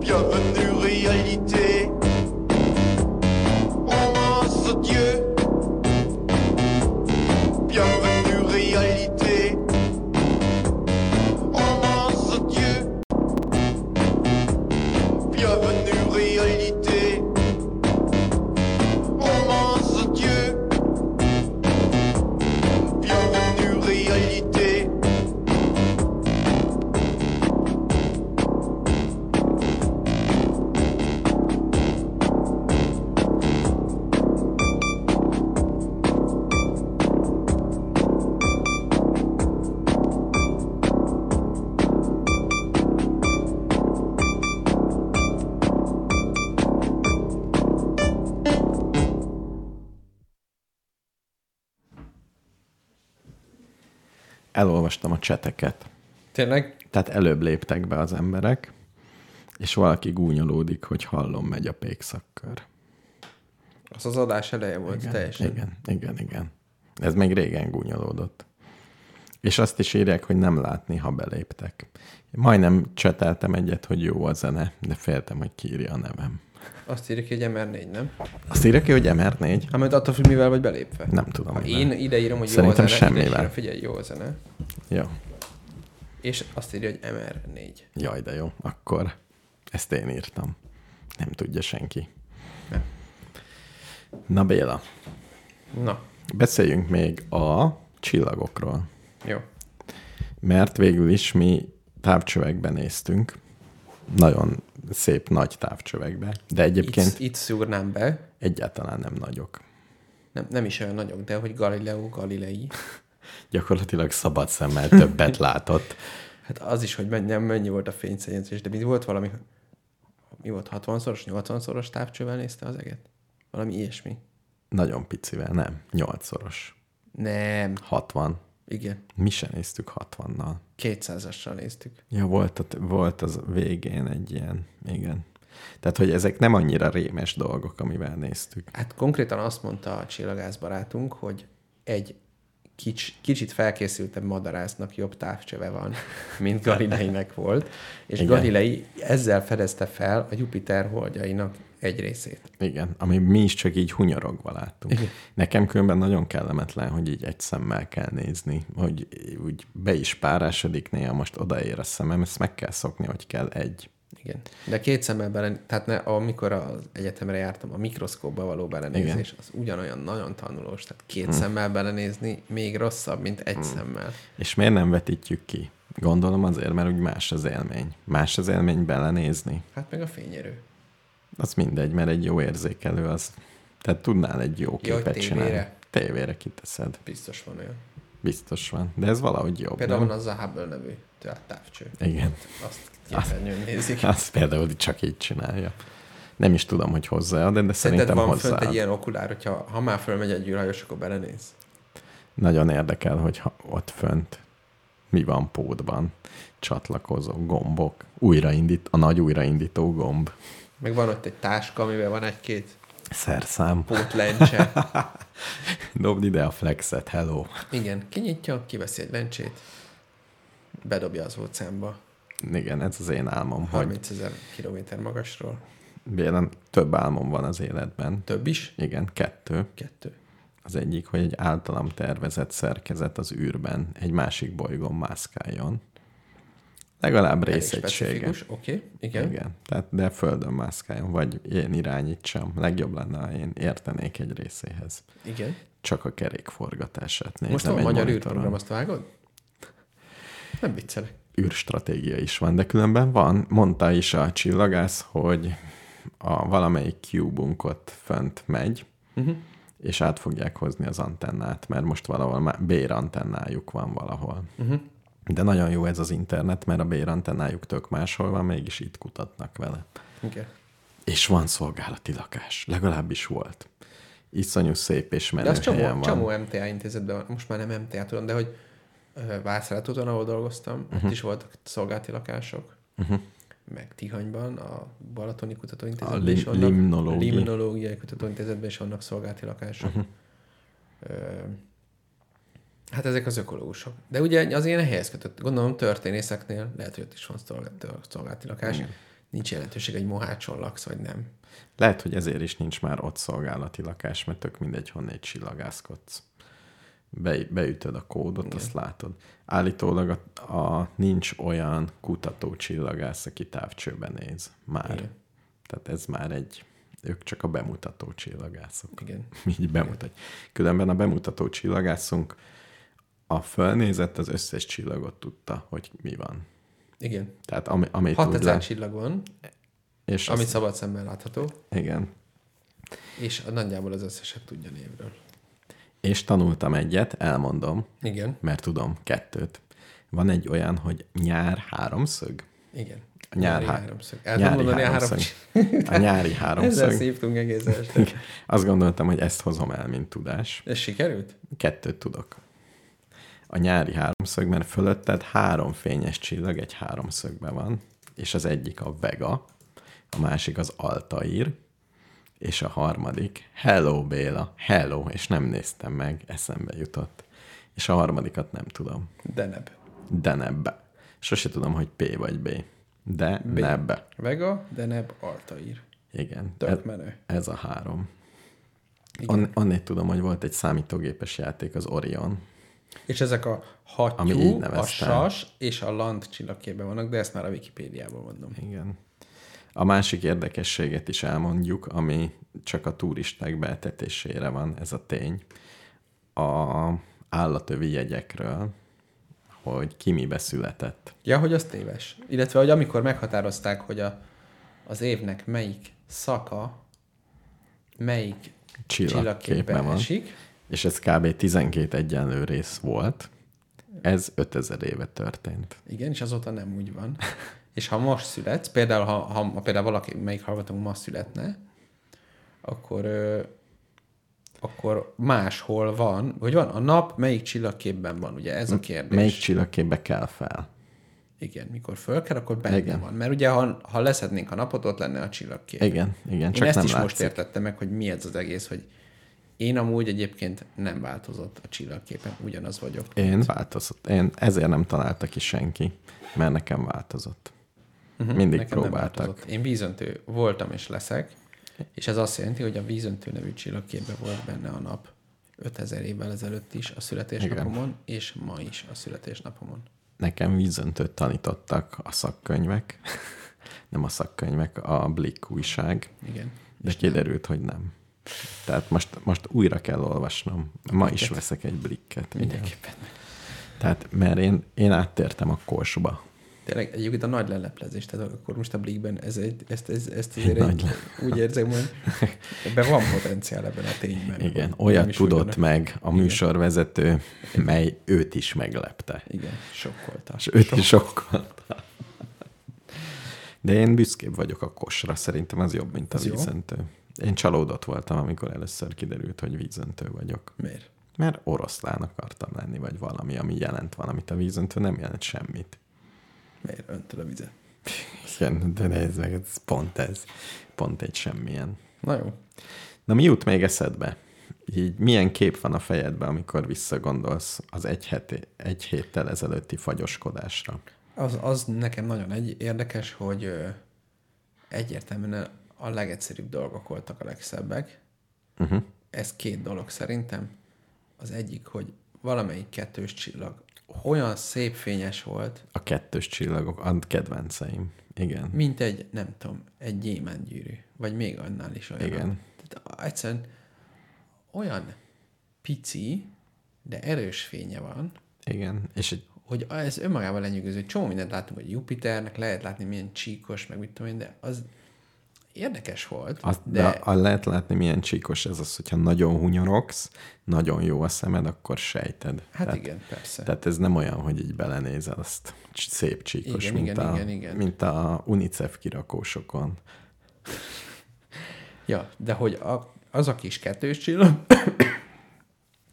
Speaker 3: Bienvenue réalité. Romance Dieu. Bienvenue réalité. Romance Dieu. Bienvenue réalité. Romance Dieu. Bienvenue réalité.
Speaker 1: Elolvastam a cseteket.
Speaker 2: Tényleg?
Speaker 1: Tehát előbb léptek be az emberek, és valaki gúnyolódik, hogy hallom, megy a pékszakkör.
Speaker 2: Az az adás eleje volt igen, teljesen. Igen.
Speaker 1: Igen, igen, igen. Ez még régen gúnyolódott. És azt is írják, hogy nem látni, ha beléptek. Én majdnem cseteltem egyet, hogy jó a zene, de féltem, hogy kiírja a nevem.
Speaker 2: Azt írja ki, hogy MR4, nem?
Speaker 1: Azt írja ki, hogy MR4?
Speaker 2: Hát mert attól függ, mivel vagy belépve.
Speaker 1: Nem tudom.
Speaker 2: Ha
Speaker 1: mivel.
Speaker 2: én ide írom, hogy
Speaker 1: Szerintem
Speaker 2: jó a zene, ide is
Speaker 1: semmivel.
Speaker 2: írom, figyelj, jó a zene.
Speaker 1: Jó.
Speaker 2: És azt írja, hogy MR4.
Speaker 1: Jaj, de jó. Akkor ezt én írtam. Nem tudja senki.
Speaker 2: Nem.
Speaker 1: Na Béla,
Speaker 2: Na,
Speaker 1: beszéljünk még a csillagokról.
Speaker 2: jó.
Speaker 1: mert végül is mi távcsövekben néztünk, nagyon szép nagy távcsövekbe, de egyébként
Speaker 2: Itt, itt szúrnám be,
Speaker 1: egyáltalán nem nagyok.
Speaker 2: nem, nem is olyan nagyok, de hogy Galileo Galilei.
Speaker 1: Gyakorlatilag szabad szemmel többet látott.
Speaker 2: Hát az is, hogy mennyi, mennyi volt a fényszennyezés, de mi volt valami, mi volt 60-szoros, 80-szoros távcsővel nézte az eget? Valami ilyesmi.
Speaker 1: Nagyon picivel, nem. Nyolcszoros.
Speaker 2: Nem,
Speaker 1: 60.
Speaker 2: igen,
Speaker 1: Mi sem néztük 60-nal.
Speaker 2: 200-assal néztük.
Speaker 1: Ja, volt, a, volt az végén egy ilyen, igen. Tehát, hogy ezek nem annyira rémes dolgok, amivel néztük.
Speaker 2: Hát konkrétan azt mondta a csillagász barátunk, hogy egy kics, kicsit felkészültebb madarásznak jobb távcsöve van, mint Galileinek volt, és
Speaker 1: Igen.
Speaker 2: Igen. Galilei ezzel fedezte fel a Jupiter holdjainak egy részét.
Speaker 1: Igen, ami mi is csak így hunyorogva láttunk. Igen. Nekem különben nagyon kellemetlen, hogy így egy szemmel kell nézni, hogy úgy be is párásodik néha, most odaér a szemem, ezt meg kell szokni, hogy kell egy.
Speaker 2: Igen. De két szemmel bele, tehát ne, amikor az egyetemre jártam, a mikroszkóba való belenézés, Igen. az ugyanolyan nagyon tanulós, tehát két hmm. szemmel belenézni még rosszabb, mint egy hmm. szemmel.
Speaker 1: És miért nem vetítjük ki? Gondolom azért, mert úgy más az élmény. Más az élmény belenézni.
Speaker 2: Hát meg a fényerő.
Speaker 1: Az mindegy, mert egy jó érzékelő az. Tehát tudnál egy jó
Speaker 2: Jó, hogy
Speaker 1: képet csinálni.
Speaker 2: tévére.
Speaker 1: tévére kiteszed.
Speaker 2: Biztos van olyan.
Speaker 1: Biztos van. De ez valahogy jobb,
Speaker 2: Például
Speaker 1: nem?
Speaker 2: van az a Hubble nevű tehát távcső.
Speaker 1: Igen.
Speaker 2: Azt képernyőn nézik.
Speaker 1: Azt például csak így csinálja. Nem is tudom, hogy hozzáad, de
Speaker 2: Szerinted
Speaker 1: szerintem
Speaker 2: van fönt
Speaker 1: hozzáad.
Speaker 2: egy ilyen okulár, hogyha ha már fölmegy egy űrhajós, akkor belenéz.
Speaker 1: Nagyon érdekel, hogy ha ott fönt mi van pótban. Csatlakozó gombok. Újraindít, a nagy újraindító gomb.
Speaker 2: Meg van ott egy táska, amiben van egy-két
Speaker 1: Szerszám.
Speaker 2: pótlencse.
Speaker 1: Dobd ide a flexet, hello.
Speaker 2: Igen, kinyitja, kiveszi egy lencsét, bedobja az óceánba
Speaker 1: Igen, ez az én álmom, hogy
Speaker 2: 30 ezer kilométer magasról.
Speaker 1: Bélen több álmom van az életben.
Speaker 2: Több is?
Speaker 1: Igen, kettő.
Speaker 2: Kettő.
Speaker 1: Az egyik, hogy egy általam tervezett szerkezet az űrben egy másik bolygón mászkáljon. Legalább
Speaker 2: Elég
Speaker 1: részegységes.
Speaker 2: specifikus, Oké, okay. igen. igen.
Speaker 1: Igen. Tehát, de földön mászkáljon, vagy én irányítsam. Legjobb lenne, ha én értenék egy részéhez.
Speaker 2: igen.
Speaker 1: Csak a kerékforgatását nézem
Speaker 2: Most van
Speaker 1: egy
Speaker 2: magyar
Speaker 1: monitoron.
Speaker 2: űrprogram, azt vágod? Nem viccelek.
Speaker 1: űrstratégia is van, de különben van. Mondta is a csillagász, hogy a valamelyik cube ott fönt megy,
Speaker 2: Uh-huh.
Speaker 1: és át fogják hozni az antennát, mert most valahol már bérantennájuk van valahol.
Speaker 2: Uh-huh.
Speaker 1: De nagyon jó ez az internet, mert a bérantennájuk tök máshol van, mégis itt kutatnak vele.
Speaker 2: Igen.
Speaker 1: És van szolgálati lakás, legalábbis volt. Iszonyú szép és menő
Speaker 2: De az csomó,
Speaker 1: helyen van.
Speaker 2: csomó MTA intézetben van. Most már nem MTA, tudom, de hogy ö, Vácrátóton, ahol dolgoztam,
Speaker 1: Mhm.
Speaker 2: uh-huh. ott is voltak szolgálati lakások.
Speaker 1: Uh-huh.
Speaker 2: meg Tihanyban, a Balatoni
Speaker 1: A
Speaker 2: Kutatóintézetben
Speaker 1: lim-
Speaker 2: is vannak,
Speaker 1: limnológiai.
Speaker 2: limnológiai kutatóintézetben is vannak szolgálati lakások.
Speaker 1: Mhm.
Speaker 2: Uh-huh. Hát ezek az ökológusok. De ugye az ilyen helyhez kötött. Gondolom történészeknél lehet, hogy ott is van szolgá- szolgálati lakás. Igen. Nincs jelentőség, hogy mohácson laksz, vagy nem.
Speaker 1: Lehet, hogy ezért is nincs már ott szolgálati lakás, mert tök mindegy, honnan egy csillagászkodsz. Be, beütöd a kódot, Igen. azt látod. Állítólag a, a, nincs olyan kutató csillagász, aki távcsőben néz már. Igen.
Speaker 2: Igen.
Speaker 1: Tehát ez már egy, ők csak a bemutató csillagászok.
Speaker 2: Igen.
Speaker 1: Így bemutatj. Különben a bemutató csillagászunk a fölnézett az összes csillagot tudta, hogy mi van.
Speaker 2: Igen.
Speaker 1: Tehát ami, amit
Speaker 2: 6000
Speaker 1: lát-
Speaker 2: csillag van,
Speaker 1: és
Speaker 2: amit
Speaker 1: azt,
Speaker 2: szabad szemmel látható,
Speaker 1: igen,
Speaker 2: és nagyjából az összeset tudja névről.
Speaker 1: És tanultam egyet, elmondom,
Speaker 2: Igen.
Speaker 1: mert tudom kettőt. Van egy olyan, hogy nyár háromszög?
Speaker 2: Igen.
Speaker 1: A nyár
Speaker 2: Nyári
Speaker 1: há-
Speaker 2: háromszög. El tudom mondani a három...
Speaker 1: A nyári
Speaker 2: Ezzel
Speaker 1: háromszög.
Speaker 2: szívtunk egész este.
Speaker 1: Igen. Azt gondoltam, hogy ezt hozom el, mint tudás.
Speaker 2: Ez sikerült?
Speaker 1: Kettőt tudok. A nyári háromszög, mert fölötted három fényes csillag egy háromszögben van, és az egyik a Vega, a másik az Altair, és a harmadik, Hello Béla, Hello, és nem néztem meg, eszembe jutott. És a harmadikat nem tudom.
Speaker 2: De neb.
Speaker 1: de nebbe. Sose tudom, hogy P vagy B. De B. nebbe.
Speaker 2: Vega, de neb, Altair.
Speaker 1: Igen. Ez,
Speaker 2: Tök menő.
Speaker 1: ez a három. An- annét tudom, hogy volt egy számítógépes játék, az Orion.
Speaker 2: És ezek a
Speaker 1: Ami így
Speaker 2: hattyú, a
Speaker 1: neveztem.
Speaker 2: sas és a land csillagképben vannak, de ezt már a Wikipédiából mondom.
Speaker 1: Igen. A másik érdekességet is elmondjuk, ami csak a turisták beetetésére van, ez a tény. A állatövi jegyekről, hogy ki mibe született.
Speaker 2: Ja, hogy az téves. Illetve, hogy amikor meghatározták, hogy a, az évnek melyik szaka, melyik
Speaker 1: Csillagképben
Speaker 2: csillagképben
Speaker 1: van.
Speaker 2: esik,
Speaker 1: És ez kb. 12 egyenlő rész volt. Ez 5000 éve történt.
Speaker 2: Igen, és azóta nem úgy van. És ha most születsz, például ha, ha ha például valaki, melyik hallgatónk ma születne, akkor, ö, akkor máshol van, hogy van, a nap melyik csillagképben van, ugye ez a kérdés.
Speaker 1: Melyik csillagképbe kell fel?
Speaker 2: Igen, mikor föl kell, akkor benne
Speaker 1: Igen.
Speaker 2: Igen. van. Mert ugye, ha, ha leszednénk a napot, ott lenne a csillagkép.
Speaker 1: Igen, igen,
Speaker 2: Én
Speaker 1: csak
Speaker 2: ezt
Speaker 1: nem
Speaker 2: is
Speaker 1: látszik.
Speaker 2: most értettem meg, hogy mi ez az egész, hogy én amúgy egyébként nem változott a csillagképen, ugyanaz vagyok.
Speaker 1: Én változott. Én ezért nem találta ki senki, mert nekem változott. Uh-huh, Mindig
Speaker 2: Mhm, Nekem nem
Speaker 1: próbáltak.
Speaker 2: változott. Én vízöntő voltam és leszek, és ez azt jelenti, hogy a vízöntő nevű csillagképben volt benne a nap 5000 évvel ezelőtt is a születésnapomon, és ma is a születésnapomon.
Speaker 1: Nekem vízöntőt tanítottak a szakkönyvek, nem a szakkönyvek, a Blick újság,
Speaker 2: Igen.
Speaker 1: de kiderült, hogy nem. Tehát most, most újra kell olvasnom. Ma is veszek egy blikket. igen.
Speaker 2: Mindenképpen.
Speaker 1: Tehát, mert én, én áttértem a korsba.
Speaker 2: Tényleg egyébként a nagy leleplezés, tehát akkor most a Blikben ez egy, ezt, ez, ezt azért
Speaker 1: Nagy
Speaker 2: egy, úgy érzem, hogy ebben van potenciál ebben a tényben.
Speaker 1: Igen,
Speaker 2: Nem
Speaker 1: olyat
Speaker 2: is
Speaker 1: tudott
Speaker 2: ugyanaz.
Speaker 1: meg a műsorvezető, mely őt is meglepte.
Speaker 2: Igen, sokkolta.
Speaker 1: És őt is sokkolta. De én büszkébb vagyok a kosra, szerintem az jobb, mint a
Speaker 2: Az jó.
Speaker 1: vízöntő. Én csalódott voltam, amikor először kiderült, hogy vízöntő vagyok.
Speaker 2: Miért?
Speaker 1: Mert oroszlán akartam lenni, vagy valami, ami jelent valamit. A vízöntő nem jelent semmit.
Speaker 2: Miért öntöd a vizet?
Speaker 1: Igen, de nézd meg, ez pont ez. Pont egy semmilyen.
Speaker 2: Na jó.
Speaker 1: Na mi jut még eszedbe? Így milyen kép van a fejedben, amikor visszagondolsz az egy, heti, egy héttel ezelőtti fagyoskodásra?
Speaker 2: Az, az nekem nagyon egy érdekes, hogy ö, egyértelműen a legegyszerűbb dolgok voltak a legszebbek.
Speaker 1: Uh-huh.
Speaker 2: Ez két dolog szerintem. Az egyik, hogy valamelyik kettős csillag olyan szép fényes volt,
Speaker 1: A kettős csillagok, a kedvenceim. Igen.
Speaker 2: mint egy, nem tudom, egy gyémántgyűrű, vagy még annál is olyan.
Speaker 1: Igen.
Speaker 2: Tehát egyszerűen olyan pici, de erős fénye van,
Speaker 1: Igen. És egy,
Speaker 2: hogy ez önmagában lenyűgöző. Csomó mindent látunk, hogy Jupiternek lehet látni, milyen csíkos, meg mit tudom én, de az érdekes volt.
Speaker 1: az, de...
Speaker 2: de
Speaker 1: de a, lehet látni, milyen csíkos ez az, hogyha nagyon hunyorogsz, nagyon jó a szemed, akkor sejted.
Speaker 2: hát igen, persze.
Speaker 1: Tehát ez nem olyan, hogy így belenézel, azt cs- szép csíkos,
Speaker 2: Igen,
Speaker 1: mint,
Speaker 2: igen,
Speaker 1: a,
Speaker 2: igen, igen.
Speaker 1: mint a UNICEF kirakósokon.
Speaker 2: Ja, de hogy a, az a kis kettős csillag,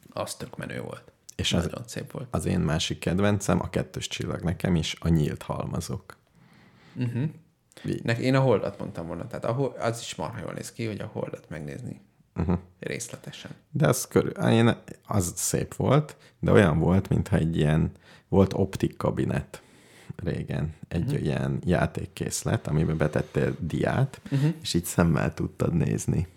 Speaker 2: az tök menő volt.
Speaker 1: És az-
Speaker 2: Nagyon szép volt.
Speaker 1: Az én másik kedvencem, a kettős csillag nekem is, a nyílt halmazok.
Speaker 2: Nek, én a holdat mondtam volna, tehát a, Hold- az is marha jól néz ki, hogy a holdat megnézni
Speaker 1: Mhm.
Speaker 2: uh-huh. részletesen.
Speaker 1: De az, körül, á, én, az szép volt, de olyan volt, mintha egy ilyen, volt optik kabinet régen, egy mm. ilyen játékkészlet, amiben betettél diát, mm-hmm. és így szemmel tudtad nézni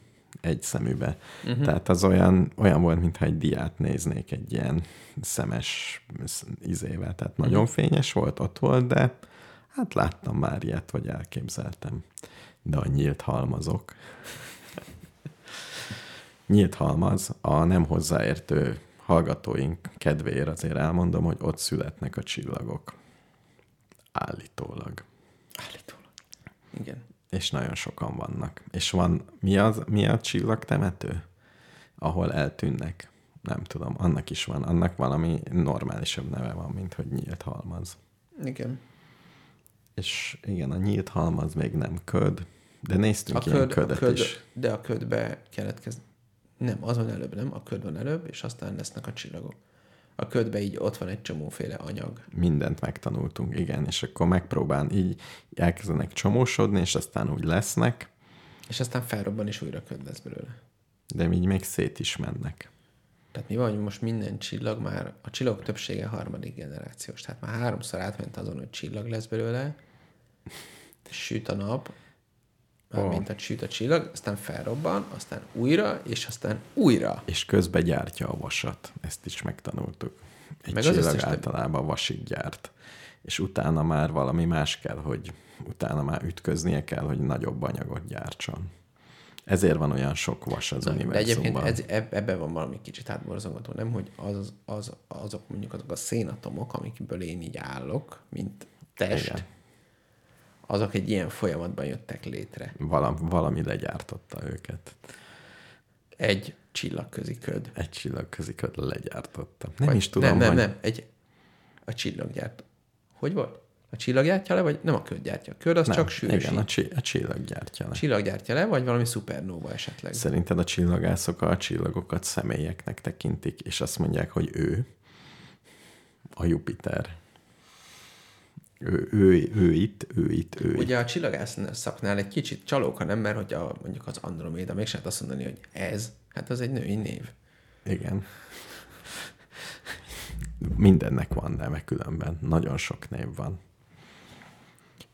Speaker 1: egy szemübe. Mm-hmm. Tehát az olyan, olyan volt, mintha egy diát néznék egy ilyen szemes sz- izével. Tehát mm-hmm. nagyon fényes volt, ott volt, de hát láttam már ilyet, vagy elképzeltem. De a nyílt halmazok. Nyílt halmaz, a nem hozzáértő hallgatóink kedvéért azért elmondom, hogy ott születnek a csillagok. Állítólag.
Speaker 2: Állítólag. Igen.
Speaker 1: És nagyon sokan vannak. És van, mi, az, mi a csillagtemető? Ahol eltűnnek. Nem tudom, annak is van. Annak valami normálisabb neve van, mint hogy nyílt halmaz.
Speaker 2: Igen.
Speaker 1: És igen, a nyílt halmaz még nem köd, de néztünk
Speaker 2: A
Speaker 1: a ilyen
Speaker 2: köd, a
Speaker 1: ködet
Speaker 2: köd,
Speaker 1: is.
Speaker 2: de a ködbe keletkezik. Nem, az van előbb, nem? A köd van előbb, és aztán lesznek a csillagok. A ködbe így ott van egy csomóféle anyag.
Speaker 1: mindent megtanultunk, igen, és akkor megpróbál, így elkezdenek csomósodni, és aztán úgy lesznek,
Speaker 2: És aztán felrobban, és újra köd lesz belőle.
Speaker 1: de így még szét is mennek.
Speaker 2: Tehát mi van, hogy most minden csillag már, a csillagok többsége harmadik generációs. Tehát már háromszor átment azon, hogy csillag lesz belőle, süt a nap, oh. mint a süt a csillag, aztán felrobban, aztán újra, és aztán újra.
Speaker 1: És közben gyártja a vasat, ezt is megtanultuk. Egy Meg
Speaker 2: Meg az
Speaker 1: csillag
Speaker 2: összes többi.
Speaker 1: általában vasig gyárt, és utána már valami más kell, hogy utána már ütköznie kell, hogy nagyobb anyagot gyártson. Ezért van olyan sok vas az
Speaker 2: De egyébként
Speaker 1: univerzumban.
Speaker 2: ez, eb- ebben van valami kicsit átborzongató, nem? Hogy az, az, azok mondjuk azok a szénatomok, amikből én így állok, mint test,
Speaker 1: Igen.
Speaker 2: Igen. azok egy ilyen folyamatban jöttek létre.
Speaker 1: Valami, valami legyártotta őket.
Speaker 2: Egy csillagközi köd.
Speaker 1: Egy csillag köziköt legyártotta. Nem
Speaker 2: Vagy-
Speaker 1: is tudom,
Speaker 2: Nem, nem,
Speaker 1: hogy...
Speaker 2: nem. Egy, a csillaggyárt. Hogy volt? A csillag gyártja le, vagy nem a köd gyártja? A köd az nem, csak sűrűs.
Speaker 1: Igen, a,
Speaker 2: A
Speaker 1: csi, a csillag gyártja le.
Speaker 2: csillag gyártja le, vagy valami szupernóva esetleg.
Speaker 1: Szerinted a csillagászok a csillagokat személyeknek tekintik, és azt mondják, hogy ő a Jupiter. Ő, ő, ő itt, ő itt, ő itt.
Speaker 2: Ugye a csillagász szaknál egy kicsit csalóka, nem? Mert hogy a, mondjuk az Androméda, még se lehet azt mondani, hogy ez, hát az egy női név.
Speaker 1: Igen. Mindennek van neve különben. Nagyon sok név van.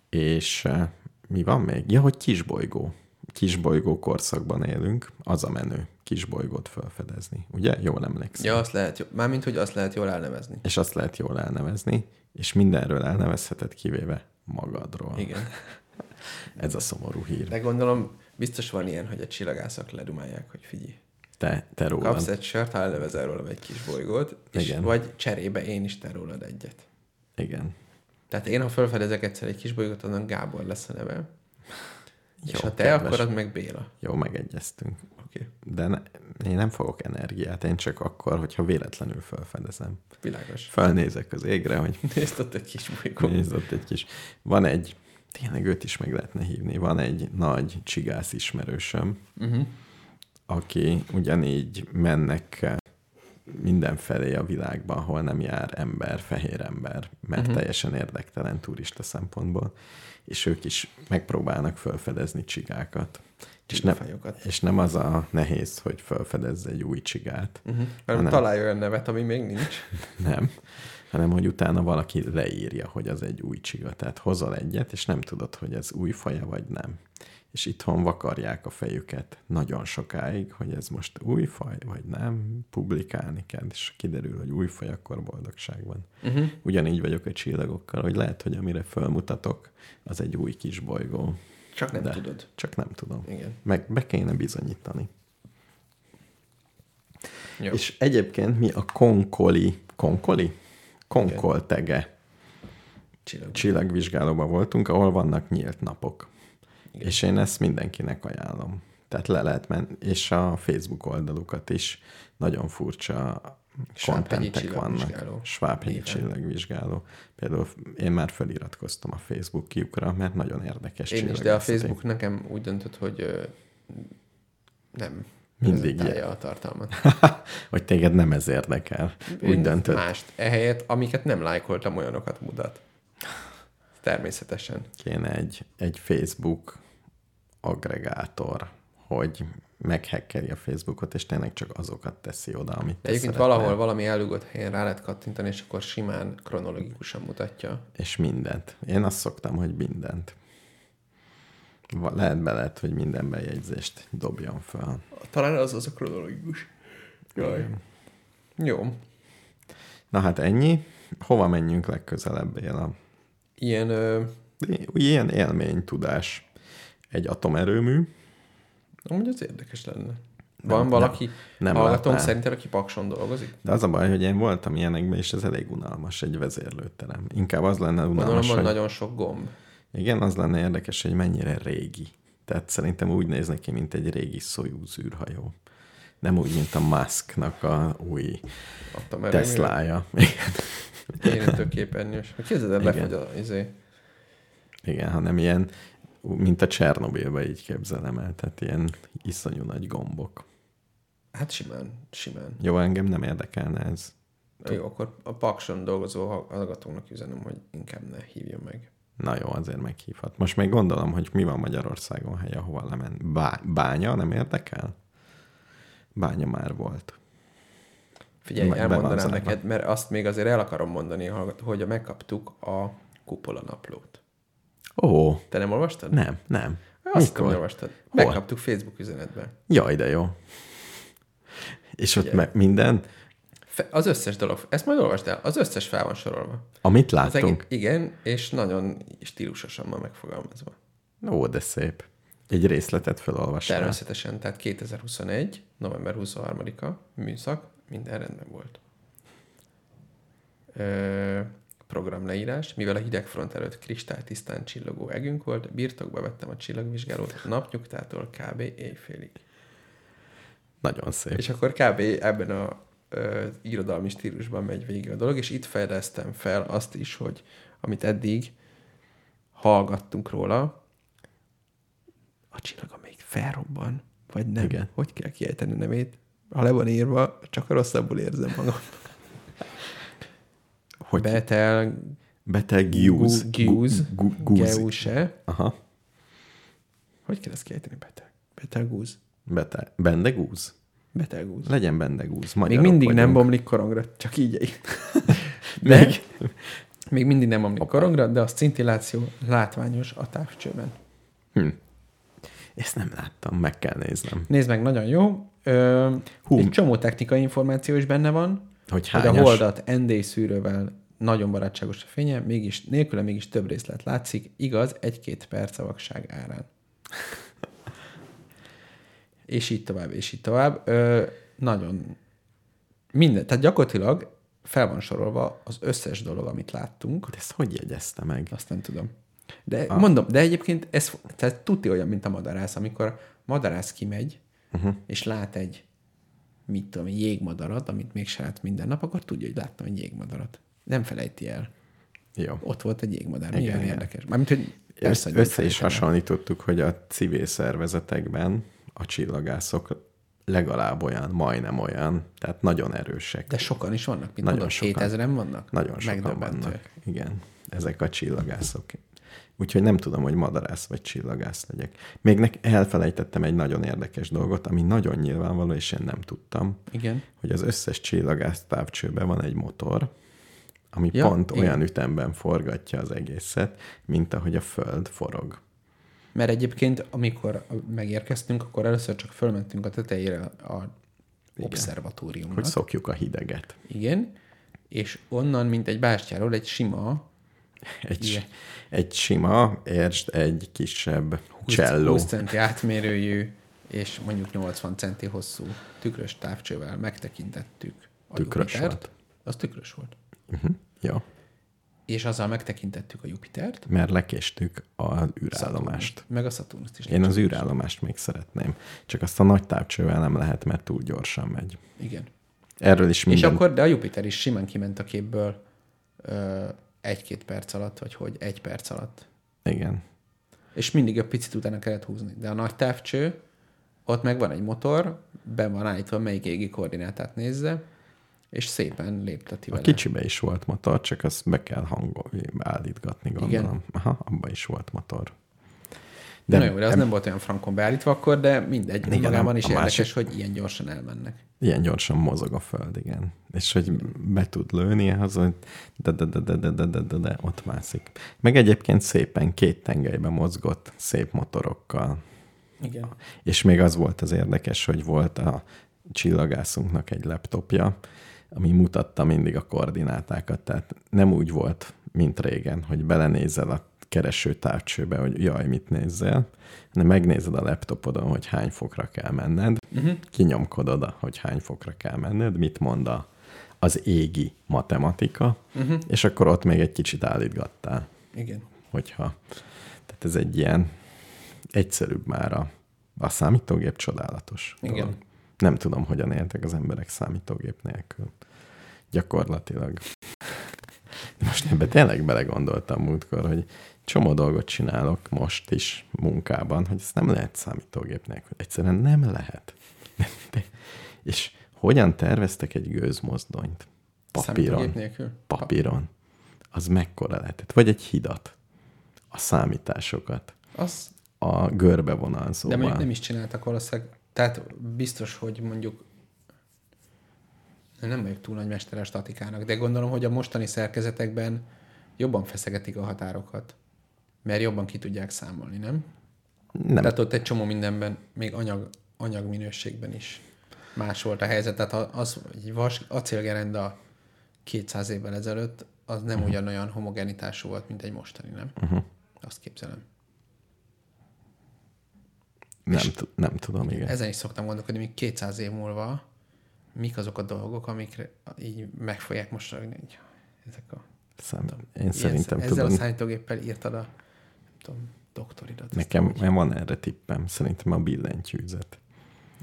Speaker 1: És eh, mi van még? Ja, hogy kisbolygó. Kisbolygó korszakban élünk. Az a menő. Kisbolygót felfedezni. Ugye? Jól emlékszem.
Speaker 2: Ja, azt lehet, jó- mármint, hogy azt lehet jól elnevezni.
Speaker 1: és azt lehet jól elnevezni, és mindenről elnevezheted kivéve magadról.
Speaker 2: Igen.
Speaker 1: Ez a szomorú hír.
Speaker 2: De gondolom, biztos van ilyen, hogy a csillagászok ledumálják, hogy figyelj.
Speaker 1: Te, te rólad.
Speaker 2: Kapsz egy sört, ha elnevezel rólam egy kis bolygót, és
Speaker 1: Igen.
Speaker 2: vagy cserébe én is te rólad egyet.
Speaker 1: Igen.
Speaker 2: Tehát én, ha felfedezek egyszer egy kis bolygót, annak Gábor lesz a neve. Jó,
Speaker 1: Jó,
Speaker 2: és ha te,
Speaker 1: kedves.
Speaker 2: akkor az meg Béla.
Speaker 1: Jó, megegyeztünk.
Speaker 2: Oké. Okay.
Speaker 1: De ne, én nem fogok energiát, én csak akkor, hogyha véletlenül felfedezem.
Speaker 2: Világos.
Speaker 1: Felnézek az égre, hogy
Speaker 2: Nézd ott egy kis bolygót.
Speaker 1: Nézd ott egy kis. Van egy, tényleg őt is meg lehetne hívni, van egy nagy csigász ismerősöm,
Speaker 2: Uh-huh.
Speaker 1: aki ugyanígy mennek mindenfelé a világban, ahol nem jár ember, fehér ember, mert
Speaker 2: Mhm.
Speaker 1: uh-huh. teljesen érdektelen turista szempontból, és ők is megpróbálnak felfedezni csigákat. És nem,
Speaker 2: Fajokat.
Speaker 1: és nem az a nehéz, hogy felfedezz egy új csigát,
Speaker 2: Uh-huh. Mert
Speaker 1: Hanem-
Speaker 2: találja olyan nevet, ami még nincs.
Speaker 1: nem, hanem hogy utána valaki leírja, hogy az egy új csiga. Tehát hozol egyet, és nem tudod, hogy ez új faja vagy nem. És itthon vakarják a fejüket nagyon sokáig, hogy ez most új faj vagy nem, publikálni kell, és kiderül, hogy új faj, akkor boldogság van.
Speaker 2: Uh-huh.
Speaker 1: Ugyanígy vagyok a csillagokkal, hogy lehet, hogy amire fölmutatok, az egy új kis bolygó.
Speaker 2: Csak nem
Speaker 1: De.
Speaker 2: tudod.
Speaker 1: Csak nem tudom.
Speaker 2: Igen.
Speaker 1: Meg be kéne bizonyítani.
Speaker 2: Jó.
Speaker 1: És egyébként mi a konkoli, konkoli? Konkoltege
Speaker 2: Csillag.
Speaker 1: csillagvizsgálóban voltunk, ahol vannak nyílt napok.
Speaker 2: Igen.
Speaker 1: Igen. És én ezt mindenkinek ajánlom. Tehát le lehet menni, és a Facebook oldalukat is nagyon furcsa
Speaker 2: Svábhegyi
Speaker 1: kontentek vannak.
Speaker 2: csillagvizsgáló.
Speaker 1: Svábhegyi
Speaker 2: Néven.
Speaker 1: csillagvizsgáló. Például én már feliratkoztam a Facebookjukra, mert nagyon érdekes
Speaker 2: Én is, de a
Speaker 1: csillagászati.
Speaker 2: Facebook nekem úgy döntött, hogy ö, nem
Speaker 1: Mindig
Speaker 2: prezentálja
Speaker 1: ilyen.
Speaker 2: a tartalmat.
Speaker 1: Hogy téged nem ez érdekel. Úgy
Speaker 2: Én
Speaker 1: döntött.
Speaker 2: Mást. Ehelyett, amiket nem lájkoltam, olyanokat mutat. Természetesen.
Speaker 1: kéne egy, egy Facebook aggregátor, hogy meghekkeli a Facebookot, és tényleg csak azokat teszi oda, amit
Speaker 2: De
Speaker 1: te
Speaker 2: egyébként
Speaker 1: szeretnél.
Speaker 2: valahol valami elugott helyen rá lehet kattintani, és akkor simán kronológikusan mutatja.
Speaker 1: És mindent. Én azt szoktam, hogy mindent. Va- Lehet be lehet, hogy minden bejegyzést dobjon fel.
Speaker 2: Talán az az a kronológikus. Jaj. Jó.
Speaker 1: Na hát ennyi. Hova menjünk legközelebb, Béla?
Speaker 2: Ilyen ö,
Speaker 1: Ilyen élmény, tudás. Egy atomerőmű.
Speaker 2: Amúgy az érdekes lenne.
Speaker 1: Nem-
Speaker 2: Van nem, valaki,
Speaker 1: nem
Speaker 2: nem hallgatom
Speaker 1: láttál.
Speaker 2: szerinted, aki Pakson dolgozik?
Speaker 1: De az a baj, hogy én voltam ilyenekben, és ez elég unalmas, egy vezérlőterem. Inkább az lenne
Speaker 2: Gondolom,
Speaker 1: unalmas,
Speaker 2: van
Speaker 1: hogy...
Speaker 2: nagyon sok gomb.
Speaker 1: Igen, az lenne érdekes, hogy mennyire régi. Tehát szerintem úgy néz neki, mint egy régi Soyuz űrhajó. Nem úgy, mint a Musknak a új
Speaker 2: Adtam erre.
Speaker 1: Teslája. Igen.
Speaker 2: Érintő képernyős. Hát Képzeld el,
Speaker 1: Igen.
Speaker 2: befagy a, izé,
Speaker 1: Igen, hanem ilyen, mint a Csernobilba így képzelem el, tehát ilyen iszonyú nagy gombok.
Speaker 2: Hát simán, simán.
Speaker 1: Jó, engem nem érdekelne ez.
Speaker 2: Na Jó, akkor a Pakson dolgozó hallgatónak üzenem, hogy inkább ne hívjon meg.
Speaker 1: Na jó, azért meghívhat. Most még gondolom, hogy mi van Magyarországon hely, ahova lemen. Bá- bánya nem érdekel? Bánya már volt.
Speaker 2: Figyelj,
Speaker 1: Meg be van
Speaker 2: elmondanám
Speaker 1: zárva.
Speaker 2: neked, mert azt még azért el akarom mondani, hallgat- hogy megkaptuk a kupola naplót.
Speaker 1: Ó,
Speaker 2: Te nem olvastad?
Speaker 1: nem, nem.
Speaker 2: Azt
Speaker 1: Mikor?
Speaker 2: Mikor? nem olvastad.
Speaker 1: Hol?
Speaker 2: Megkaptuk Facebook üzenetben.
Speaker 1: Jaj, de jó. És ott
Speaker 2: Ugye.
Speaker 1: meg minden,
Speaker 2: Fe- Az összes dolog, ezt majd olvasd el, az összes fel van sorolva.
Speaker 1: amit
Speaker 2: Az egész,
Speaker 1: láttunk.
Speaker 2: igen, és nagyon stílusosan van megfogalmazva.
Speaker 1: Ó, de szép. Egy részletet felolvasnál.
Speaker 2: Természetesen, tehát 2021, november 23-a, műszak, minden rendben volt. Ö, programleírás, mivel a hidegfront előtt kristálytisztán csillogó egünk volt, birtokba vettem a csillagvizsgálót napnyugtától kb. éjfélig.
Speaker 1: Nagyon szép.
Speaker 2: És akkor kb. ebben a ö, irodalmi stílusban megy végig a dolog, és itt fejlesztem fel azt is, hogy amit eddig hallgattunk róla, a csillag, amelyik felrobban, vagy nem.
Speaker 1: Igen.
Speaker 2: Hogy kell kiejteni a nevét? Ha le van írva, csak rosszabbul érzem magam.
Speaker 1: Hogy Be-
Speaker 2: Betel
Speaker 1: beteg Hughes.
Speaker 2: Gu- Gius.
Speaker 1: Gu- gu- Gúzi.
Speaker 2: Geuse.
Speaker 1: Aha.
Speaker 2: Hogy kell ezt kiejteni? Betel. Betelgúz.
Speaker 1: Bete- bende gúz.
Speaker 2: Betelgúz.
Speaker 1: Legyen bende gúz.
Speaker 2: Még
Speaker 1: Magyarok
Speaker 2: mindig nem
Speaker 1: vagyunk.
Speaker 2: bomlik korongra, csak így.
Speaker 1: Még-
Speaker 2: Még, még mindig nem omlik korongra, de a szintilláció látványos a távcsőben.
Speaker 1: Ezt nem láttam, meg kell néznem.
Speaker 2: Nézd meg, nagyon jó. Ö,
Speaker 1: Hú.
Speaker 2: egy csomó technikai információ is benne van,
Speaker 1: Hogy
Speaker 2: hogy a
Speaker 1: hányas?
Speaker 2: holdat ND szűrővel nagyon barátságos a fénye, mégis nélküle mégis több részlet látszik, igaz, egy-két perc a vakság árán. és így tovább, és így tovább. Ö, nagyon minden, tehát gyakorlatilag fel van sorolva az összes dolog, amit láttunk.
Speaker 1: De ezt hogy jegyezte meg?
Speaker 2: Azt nem tudom. De ah. mondom, de egyébként ez tehát tuti olyan, mint a madarász, amikor madarász kimegy, uh-huh. és lát egy, mit tudom, egy jégmadarat, amit még se lát minden nap, akkor tudja, hogy láttam egy jégmadarat. Nem felejti el.
Speaker 1: Jó.
Speaker 2: Ott volt egy jégmadár.
Speaker 1: Igen,
Speaker 2: Milyen
Speaker 1: igen.
Speaker 2: érdekes. Mármint, hogy persze,
Speaker 1: Persze,
Speaker 2: hogy nem
Speaker 1: össze is
Speaker 2: felejtem el.
Speaker 1: hasonlítottuk, hogy a civil szervezetekben a csillagászok legalább olyan, majdnem olyan, tehát nagyon erősek.
Speaker 2: De sokan is vannak, mint
Speaker 1: Nagyon
Speaker 2: mondom,
Speaker 1: sokan.
Speaker 2: 7000-en vannak?
Speaker 1: Nagyon sokan
Speaker 2: Megdöbbentő.
Speaker 1: vannak. Igen, ezek a csillagászok. Úgyhogy nem tudom, hogy madarász vagy csillagász legyek. Még nek elfelejtettem egy nagyon érdekes dolgot, ami nagyon nyilvánvaló, és én nem tudtam,
Speaker 2: Igen.
Speaker 1: hogy az összes csillagász távcsőben van egy motor, ami
Speaker 2: Ja,
Speaker 1: ja, pont
Speaker 2: igen.
Speaker 1: igen. olyan ütemben forgatja az egészet, mint ahogy a Föld forog.
Speaker 2: Mert egyébként, amikor megérkeztünk, akkor először csak fölmentünk a tetejére a obszervatóriumnak.
Speaker 1: Hogy szokjuk a hideget.
Speaker 2: Igen. És onnan, mint egy bástyáról, egy sima
Speaker 1: Egy,
Speaker 2: Igen.
Speaker 1: Igen. egy sima, értsd, egy kisebb
Speaker 2: 20,
Speaker 1: cselló.
Speaker 2: 20 centi átmérőjű és mondjuk 80 centi hosszú tükrös távcsővel megtekintettük a
Speaker 1: Tükrös
Speaker 2: Jupitert.
Speaker 1: volt.
Speaker 2: Az tükrös volt.
Speaker 1: Mhm. Ja,
Speaker 2: És azzal megtekintettük a Jupitert,
Speaker 1: mert lekéstük az űrállomást.
Speaker 2: meg a Saturnust is.
Speaker 1: Én az űrállomást még szeretném, csak azt a nagy távcsővel nem lehet, mert túl gyorsan megy.
Speaker 2: Igen.
Speaker 1: Erről is
Speaker 2: És
Speaker 1: minden...
Speaker 2: akkor, de a Jupiter is simán kiment a képből ö, egy-két perc alatt, vagy hogy egy perc alatt.
Speaker 1: Igen.
Speaker 2: És mindig egy picit utána kellett húzni. De a nagy távcső, ott meg van egy motor, be van állítva, melyik égi koordinátát nézze, és szépen lépteti
Speaker 1: A
Speaker 2: vele.
Speaker 1: kicsibe is volt motor, csak azt be kell hangolni, állítgatni, gondolom.
Speaker 2: Igen.
Speaker 1: Igen. Aha, abba is volt motor.
Speaker 2: De, Na jó, de az nem volt olyan frankon beállítva akkor, de mindegy. Igen,
Speaker 1: Igen,
Speaker 2: magában
Speaker 1: a
Speaker 2: is érdekes,
Speaker 1: másik-
Speaker 2: hogy ilyen gyorsan elmennek.
Speaker 1: Ilyen gyorsan mozog a föld, igen. És hogy be tud lőni, az, hogy de, de, de, de, de, de, de, de, de, ott mászik. Meg egyébként szépen két tengelybe mozgott, szép motorokkal.
Speaker 2: Igen.
Speaker 1: És még az volt az érdekes, hogy volt a csillagászunknak egy laptopja, ami mutatta mindig a koordinátákat. Tehát nem úgy volt, mint régen, hogy belenézel a kereső távcsőbe, hogy jaj, mit nézzel, hanem megnézed a laptopodon, hogy hány fokra kell menned, uh-huh. kinyomkodod, hogy hány fokra kell menned, mit mond a, az égi matematika, uh-huh. és akkor ott még egy kicsit állítgattál
Speaker 2: Igen.
Speaker 1: hogyha... Tehát ez egy ilyen egyszerűbb már a, a számítógép csodálatos.
Speaker 2: Igen.
Speaker 1: Dolog. Nem tudom, hogyan éltek az emberek számítógép nélkül. Gyakorlatilag. Most ebbe tényleg belegondoltam múltkor, hogy csomó dolgot csinálok most is munkában, hogy ezt nem lehet számítógép nélkül. Egyszerűen nem lehet. De, és hogyan terveztek egy gőzmozdonyt? Papíron
Speaker 2: Számítógép nélkül?
Speaker 1: papíron, az mekkora lehetett? Vagy egy hidat, a számításokat,
Speaker 2: Az,
Speaker 1: a görbevonalzóval.
Speaker 2: de mondjuk nem is csináltak valószínűleg. Tehát biztos, hogy mondjuk nem vagyok túl nagy mester a statikának, de gondolom, hogy a mostani szerkezetekben jobban feszegetik a határokat. Mert jobban ki tudják számolni, nem?
Speaker 1: nem.
Speaker 2: Tehát ott egy csomó mindenben, még anyag, anyagminőségben is más volt a helyzet. Tehát ha az, egy vas, acélgerenda 200 évvel ezelőtt, az nem ugyanolyan homogenitású volt, mint egy mostani, nem? Uh-huh. Azt képzelem.
Speaker 1: nem, t- nem tudom, igen. Ez...
Speaker 2: Ezen is szoktam gondolkodni, még 200 év múlva mik azok a dolgok, amikre így meg fogják mosolyogni, hogy ezek a...
Speaker 1: Szám... Én szerintem
Speaker 2: ezzel
Speaker 1: tudom,
Speaker 2: a számítógéppel írtad a nem tudom, doktoridat.
Speaker 1: nekem van erre tippem, szerintem a billentyűzet.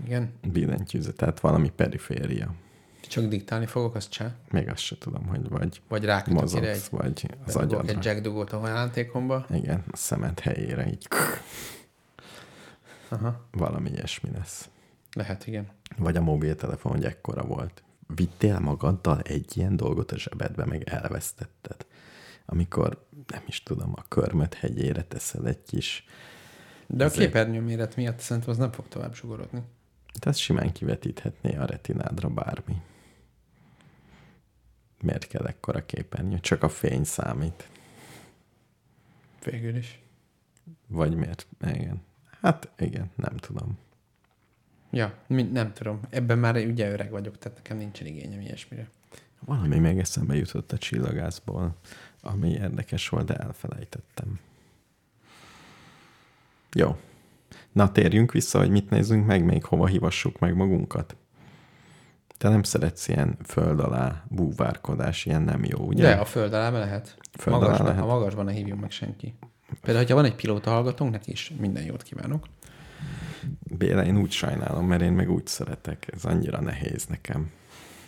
Speaker 2: Igen.
Speaker 1: Billentyűzet, tehát valami periféria.
Speaker 2: Csak diktálni fogok, azt cseh.
Speaker 1: Még azt se tudom, hogy vagy
Speaker 2: Vagy rákötök ide Hát,
Speaker 1: mozogsz,
Speaker 2: egy
Speaker 1: vagy az
Speaker 2: Bedugok
Speaker 1: agyadra.
Speaker 2: egy jack dugót a halántékomba.
Speaker 1: Igen, a szemed helyére így
Speaker 2: Aha,
Speaker 1: valami ilyesmi lesz.
Speaker 2: lehet, igen.
Speaker 1: Vagy a mobiltelefon, hogy ekkora volt. Vittél magaddal egy ilyen dolgot a zsebedbe, meg elvesztetted. Amikor, nem is tudom, a körmet hegyére teszel egy kis...
Speaker 2: De a
Speaker 1: Ezért.
Speaker 2: képernyő méret miatt szerintem az nem fog tovább sugorodni.
Speaker 1: De ez hát simán kivetíthetné a retinádra bármi. Miért kell ekkora képernyő? Csak a fény számít.
Speaker 2: Végül is.
Speaker 1: Vagy miért? Igen. Hát igen, nem tudom.
Speaker 2: Ja, mi, nem tudom. Ebben már ugye öreg vagyok, tehát nekem nincsen igényem ilyesmire.
Speaker 1: Valami még eszembe jutott a csillagászból, ami érdekes volt, de elfelejtettem. Jó. Na, térjünk vissza, hogy mit nézzünk meg, még hova hivassuk meg magunkat. Te nem szeretsz ilyen föld alá búvárkodás, ilyen nem jó, ugye?
Speaker 2: De a föld alá be lehet.
Speaker 1: Föld alá
Speaker 2: Magasban,
Speaker 1: lehet.
Speaker 2: A magasban ne hívjon meg senki. Például, hogyha van egy pilóta hallgatónk, neki is minden jót kívánok.
Speaker 1: Béla, én úgy sajnálom, mert én meg úgy szeretek. Ez annyira nehéz nekem.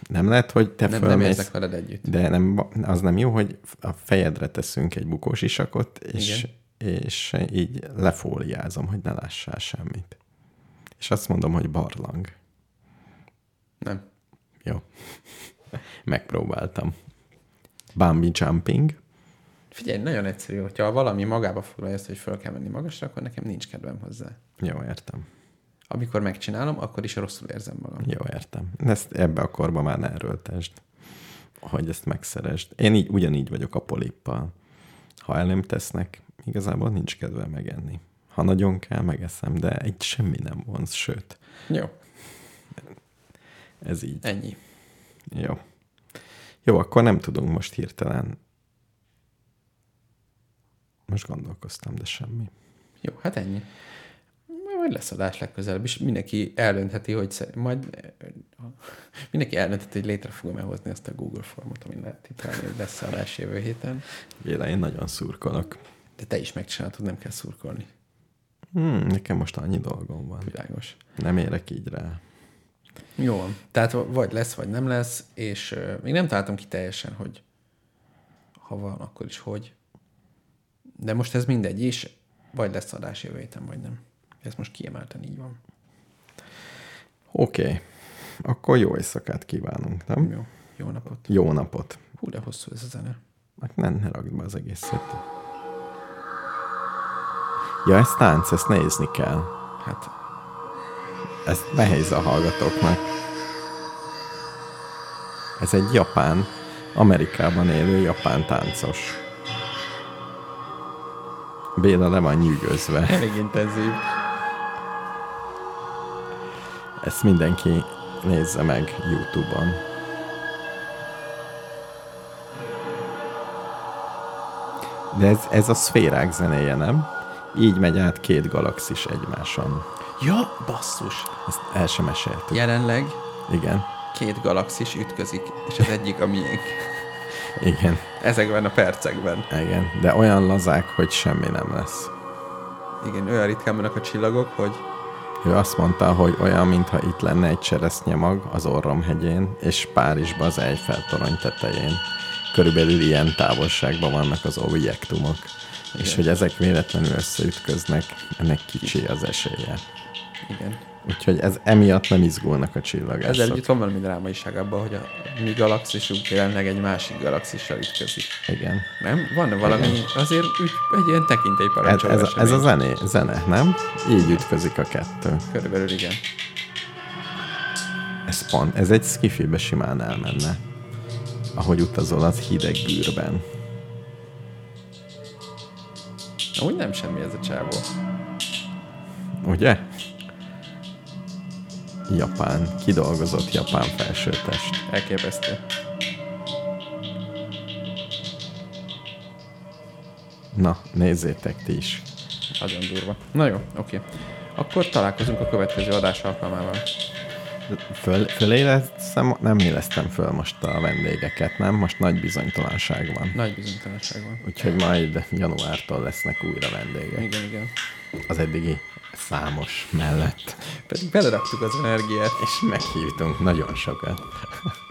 Speaker 1: Nem lehet, hogy te
Speaker 2: Nem, nem
Speaker 1: fölmész,
Speaker 2: érzek veled együtt.
Speaker 1: de nem, az nem jó, hogy a fejedre teszünk egy bukós isakot, és, és így lefóliázom, hogy ne lássál semmit. És azt mondom, hogy barlang.
Speaker 2: Nem.
Speaker 1: Jó. Megpróbáltam. Bambi jumping.
Speaker 2: Figyelj, nagyon egyszerű, hogyha valami magába foglalja ezt, hogy föl kell menni magasra, akkor nekem nincs kedvem hozzá.
Speaker 1: Jó, értem.
Speaker 2: Amikor megcsinálom, akkor is rosszul érzem magam.
Speaker 1: Jó, értem. Ezt ebbe a korba már ne erőltesd, hogy ezt megszeresd. Én így, ugyanígy vagyok a polippal. Ha el nem tesznek, igazából nincs kedve megenni. Ha nagyon kell, megeszem, de egy semmi nem vonz, sőt,
Speaker 2: Jó,
Speaker 1: ez így.
Speaker 2: ennyi.
Speaker 1: Jó. Jó, akkor nem tudunk most hirtelen. Most gondolkoztam, de semmi.
Speaker 2: Jó, hát ennyi. Majd lesz adás legközelebb, és mindenki eldöntheti, hogy szer- majd mindenki eldöntheti, hogy létre fogom-e hozni azt a Google formot, amin lehet tippelni, hogy lesz adás jövő héten.
Speaker 1: Béla, én nagyon szurkolok.
Speaker 2: De te is megcsinálod, nem kell szurkolni.
Speaker 1: Hmm, nekem most annyi dolgom van.
Speaker 2: Világos.
Speaker 1: Nem érek így rá.
Speaker 2: Jó van. Tehát vagy lesz, vagy nem lesz, és ö, még nem találtam ki teljesen, hogy ha van, akkor is hogy. De most ez mindegy is, vagy lesz adás jövő héten, vagy nem. Ez most kiemelten így van.
Speaker 1: Oké. Okay. Akkor jó éjszakát kívánunk, nem?
Speaker 2: Jó, jó napot.
Speaker 1: Jó napot.
Speaker 2: Hú, de hosszú ez a zene.
Speaker 1: Hát nem, ne rakd be az egészet. Ja, ez tánc, ezt nézni kell.
Speaker 2: Hát
Speaker 1: Ezt nehéz a hallgatóknak. Ez egy japán, Amerikában élő japán táncos. Béla le van nyűgözve.
Speaker 2: elég intenzív.
Speaker 1: Ezt mindenki nézze meg YouTube-on. De ez, ez a szférák zenéje, nem? Így megy át két galaxis egymáson.
Speaker 2: Ja, basszus.
Speaker 1: Ezt el sem meséltük.
Speaker 2: Jelenleg
Speaker 1: Igen.
Speaker 2: két galaxis ütközik, és az egyik a miénk.
Speaker 1: Igen.
Speaker 2: Ezekben a percekben.
Speaker 1: Igen. De olyan lazák, hogy semmi nem lesz.
Speaker 2: Igen, olyan ritkán vannak a csillagok, hogy
Speaker 1: Ő azt mondta, hogy olyan, mintha itt lenne egy cseresznyemag az Orrom hegyén, és Párizsban az Eiffel torony tetején. Körülbelül ilyen távolságban vannak az objektumok. Igen. És hogy ezek véletlenül összeütköznek, ennek kicsi az esélye.
Speaker 2: igen.
Speaker 1: Úgyhogy ez emiatt nem izgulnak a csillagászok.
Speaker 2: Ezzel együtt van valami drámaiság abban, hogy a mi galaxisunk jelenleg egy másik galaxissal ütközik.
Speaker 1: Igen.
Speaker 2: Nem? Van valami, azért úgy, egy ilyen tekintély
Speaker 1: Ez,
Speaker 2: parancsoló
Speaker 1: ez, a- ez a zené,
Speaker 2: esemény.
Speaker 1: zene, nem? Így ütközik a kettő.
Speaker 2: Körülbelül igen.
Speaker 1: Ez pont, ez egy skifibe simán elmenne. Ahogy utazol az hideg bűrben.
Speaker 2: Amúgy nem semmi ez a csávó.
Speaker 1: Ugye? Japán, kidolgozott japán felsőtest.
Speaker 2: Elképesztő.
Speaker 1: Na, nézzétek ti is.
Speaker 2: Nagyon durva. Na jó, oké. Akkor találkozunk a következő adás alkalmával.
Speaker 1: Föl, fölélesztem, nem élesztem föl most a vendégeket, nem? Most nagy bizonytalanság van.
Speaker 2: Nagy bizonytalanság van.
Speaker 1: Úgyhogy majd januártól lesznek újra vendégek.
Speaker 2: Igen, igen.
Speaker 1: Az eddigi számos mellett.
Speaker 2: Pedig beleraktuk az energiát.
Speaker 1: És meghívtunk nagyon sokat.